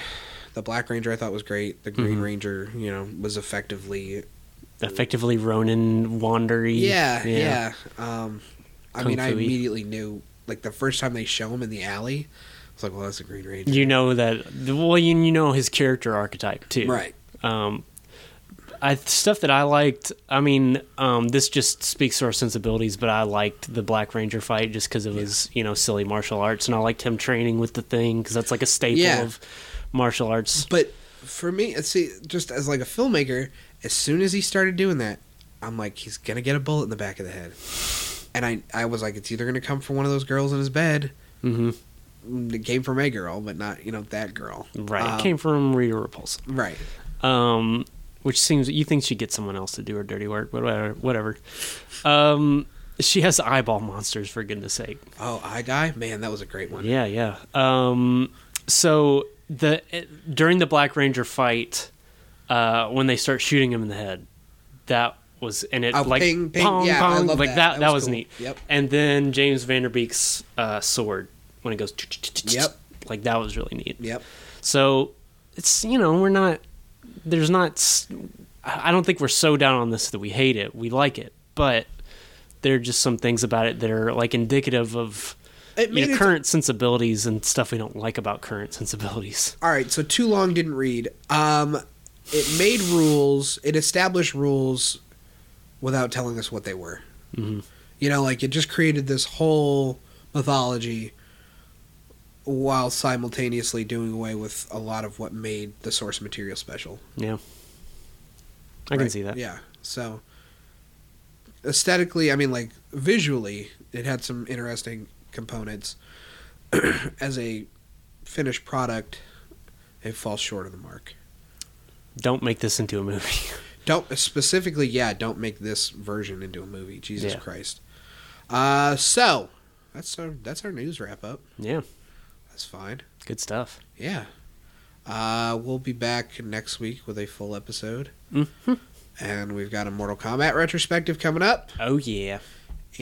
[SPEAKER 1] the Black Ranger I thought was great. The Green
[SPEAKER 2] Mhm.
[SPEAKER 1] Ranger, you know, was effectively.
[SPEAKER 2] Effectively Ronin wandery.
[SPEAKER 1] Yeah, yeah. Um, I
[SPEAKER 2] Kung
[SPEAKER 1] mean, I
[SPEAKER 2] Fu-y.
[SPEAKER 1] immediately knew like the first time they show him in the alley. I was like, well, that's the Green Ranger.
[SPEAKER 2] You know that. Well, you, you know his character archetype too.
[SPEAKER 1] Right.
[SPEAKER 2] Um, I stuff that I liked. I mean, um, this just speaks to our sensibilities, but I liked the Black Ranger fight just because it was you know silly martial arts, and I liked him training with the thing because that's like a staple
[SPEAKER 1] Yeah.
[SPEAKER 2] of martial arts.
[SPEAKER 1] But for me, see, just as like a filmmaker, as soon as he started doing that, I'm like, he's gonna get a bullet in the back of the head, and I, I was like, it's either gonna come from one of those girls in his bed.
[SPEAKER 2] hmm
[SPEAKER 1] It came from a girl, but not you know that girl.
[SPEAKER 2] Right.
[SPEAKER 1] Um,
[SPEAKER 2] it came from Rita Repulsa.
[SPEAKER 1] right.
[SPEAKER 2] um, which seems you think she'd get someone else to do her dirty work, but whatever. whatever. Um, she has eyeball monsters for goodness sake.
[SPEAKER 1] Oh, I die, man. That was a great one.
[SPEAKER 2] Yeah, yeah. Um, so the it- during the Black Ranger fight, uh, when they start shooting him in the head, that was and it
[SPEAKER 1] Oh,
[SPEAKER 2] like
[SPEAKER 1] ping, ping.
[SPEAKER 2] pong,
[SPEAKER 1] Yeah, I
[SPEAKER 2] pong,
[SPEAKER 1] love
[SPEAKER 2] like
[SPEAKER 1] that.
[SPEAKER 2] that. That,
[SPEAKER 1] That was
[SPEAKER 2] was,
[SPEAKER 1] cool.
[SPEAKER 2] neat.
[SPEAKER 1] Yep.
[SPEAKER 2] And then James Vanderbeek's uh, sword when it goes.
[SPEAKER 1] Yep.
[SPEAKER 2] Like that was really neat.
[SPEAKER 1] Yep.
[SPEAKER 2] So it's you know we're not there's not s- I I don't think we're so down on this that we hate it. We like it, but there are just some things about it that are like indicative of
[SPEAKER 1] It
[SPEAKER 2] you
[SPEAKER 1] made
[SPEAKER 2] know,
[SPEAKER 1] it-
[SPEAKER 2] current sensibilities and stuff we don't like about current sensibilities.
[SPEAKER 1] All right. So too long didn't read. Um, it made rules. It established rules without telling us what they were.
[SPEAKER 2] Mhm.
[SPEAKER 1] You know, like it just created this whole mythology while simultaneously doing away with a lot of what made the source material special.
[SPEAKER 2] Yeah, I can
[SPEAKER 1] Right.
[SPEAKER 2] see that.
[SPEAKER 1] Yeah. So aesthetically, I mean, like visually, it had some interesting components. As a finished product, it falls short of the mark.
[SPEAKER 2] Don't make this into a movie.
[SPEAKER 1] Don't specifically, yeah, don't make this version into a movie. Jesus
[SPEAKER 2] Yeah.
[SPEAKER 1] Christ. Uh, so that's our that's our news wrap up.
[SPEAKER 2] yeah,
[SPEAKER 1] That's fine.
[SPEAKER 2] good stuff.
[SPEAKER 1] Yeah. Uh, we'll be back next week with a full episode.
[SPEAKER 2] Mm-hmm.
[SPEAKER 1] And we've got a Mortal Kombat retrospective coming up.
[SPEAKER 2] Oh yeah,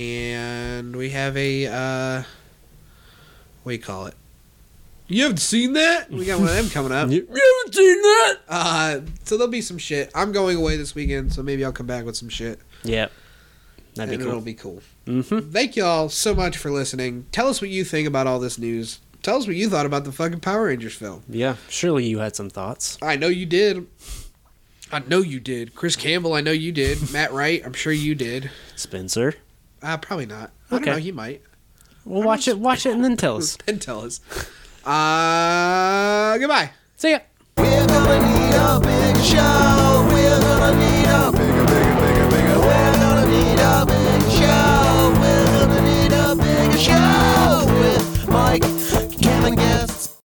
[SPEAKER 1] and we have a uh what do you call it you haven't seen that we got one of them coming up
[SPEAKER 2] you haven't seen that.
[SPEAKER 1] uh so there'll be some shit i'm going away this weekend so maybe i'll come back with some shit
[SPEAKER 2] Yeah, that'd
[SPEAKER 1] and
[SPEAKER 2] be
[SPEAKER 1] it'll
[SPEAKER 2] cool.
[SPEAKER 1] be cool
[SPEAKER 2] Mm-hmm.
[SPEAKER 1] thank you all so much for listening tell us what you think about all this news tell us what you thought about the fucking power rangers film
[SPEAKER 2] Yeah, surely you had some thoughts.
[SPEAKER 1] i know you did i know you did chris campbell i know you did matt wright i'm sure you did
[SPEAKER 2] Spencer,
[SPEAKER 1] uh, probably not i
[SPEAKER 2] Okay.
[SPEAKER 1] don't know he might
[SPEAKER 2] well, watch it, watch it, and then tell us.
[SPEAKER 1] then tell us uh goodbye
[SPEAKER 2] See ya.
[SPEAKER 3] We're gonna need a big show.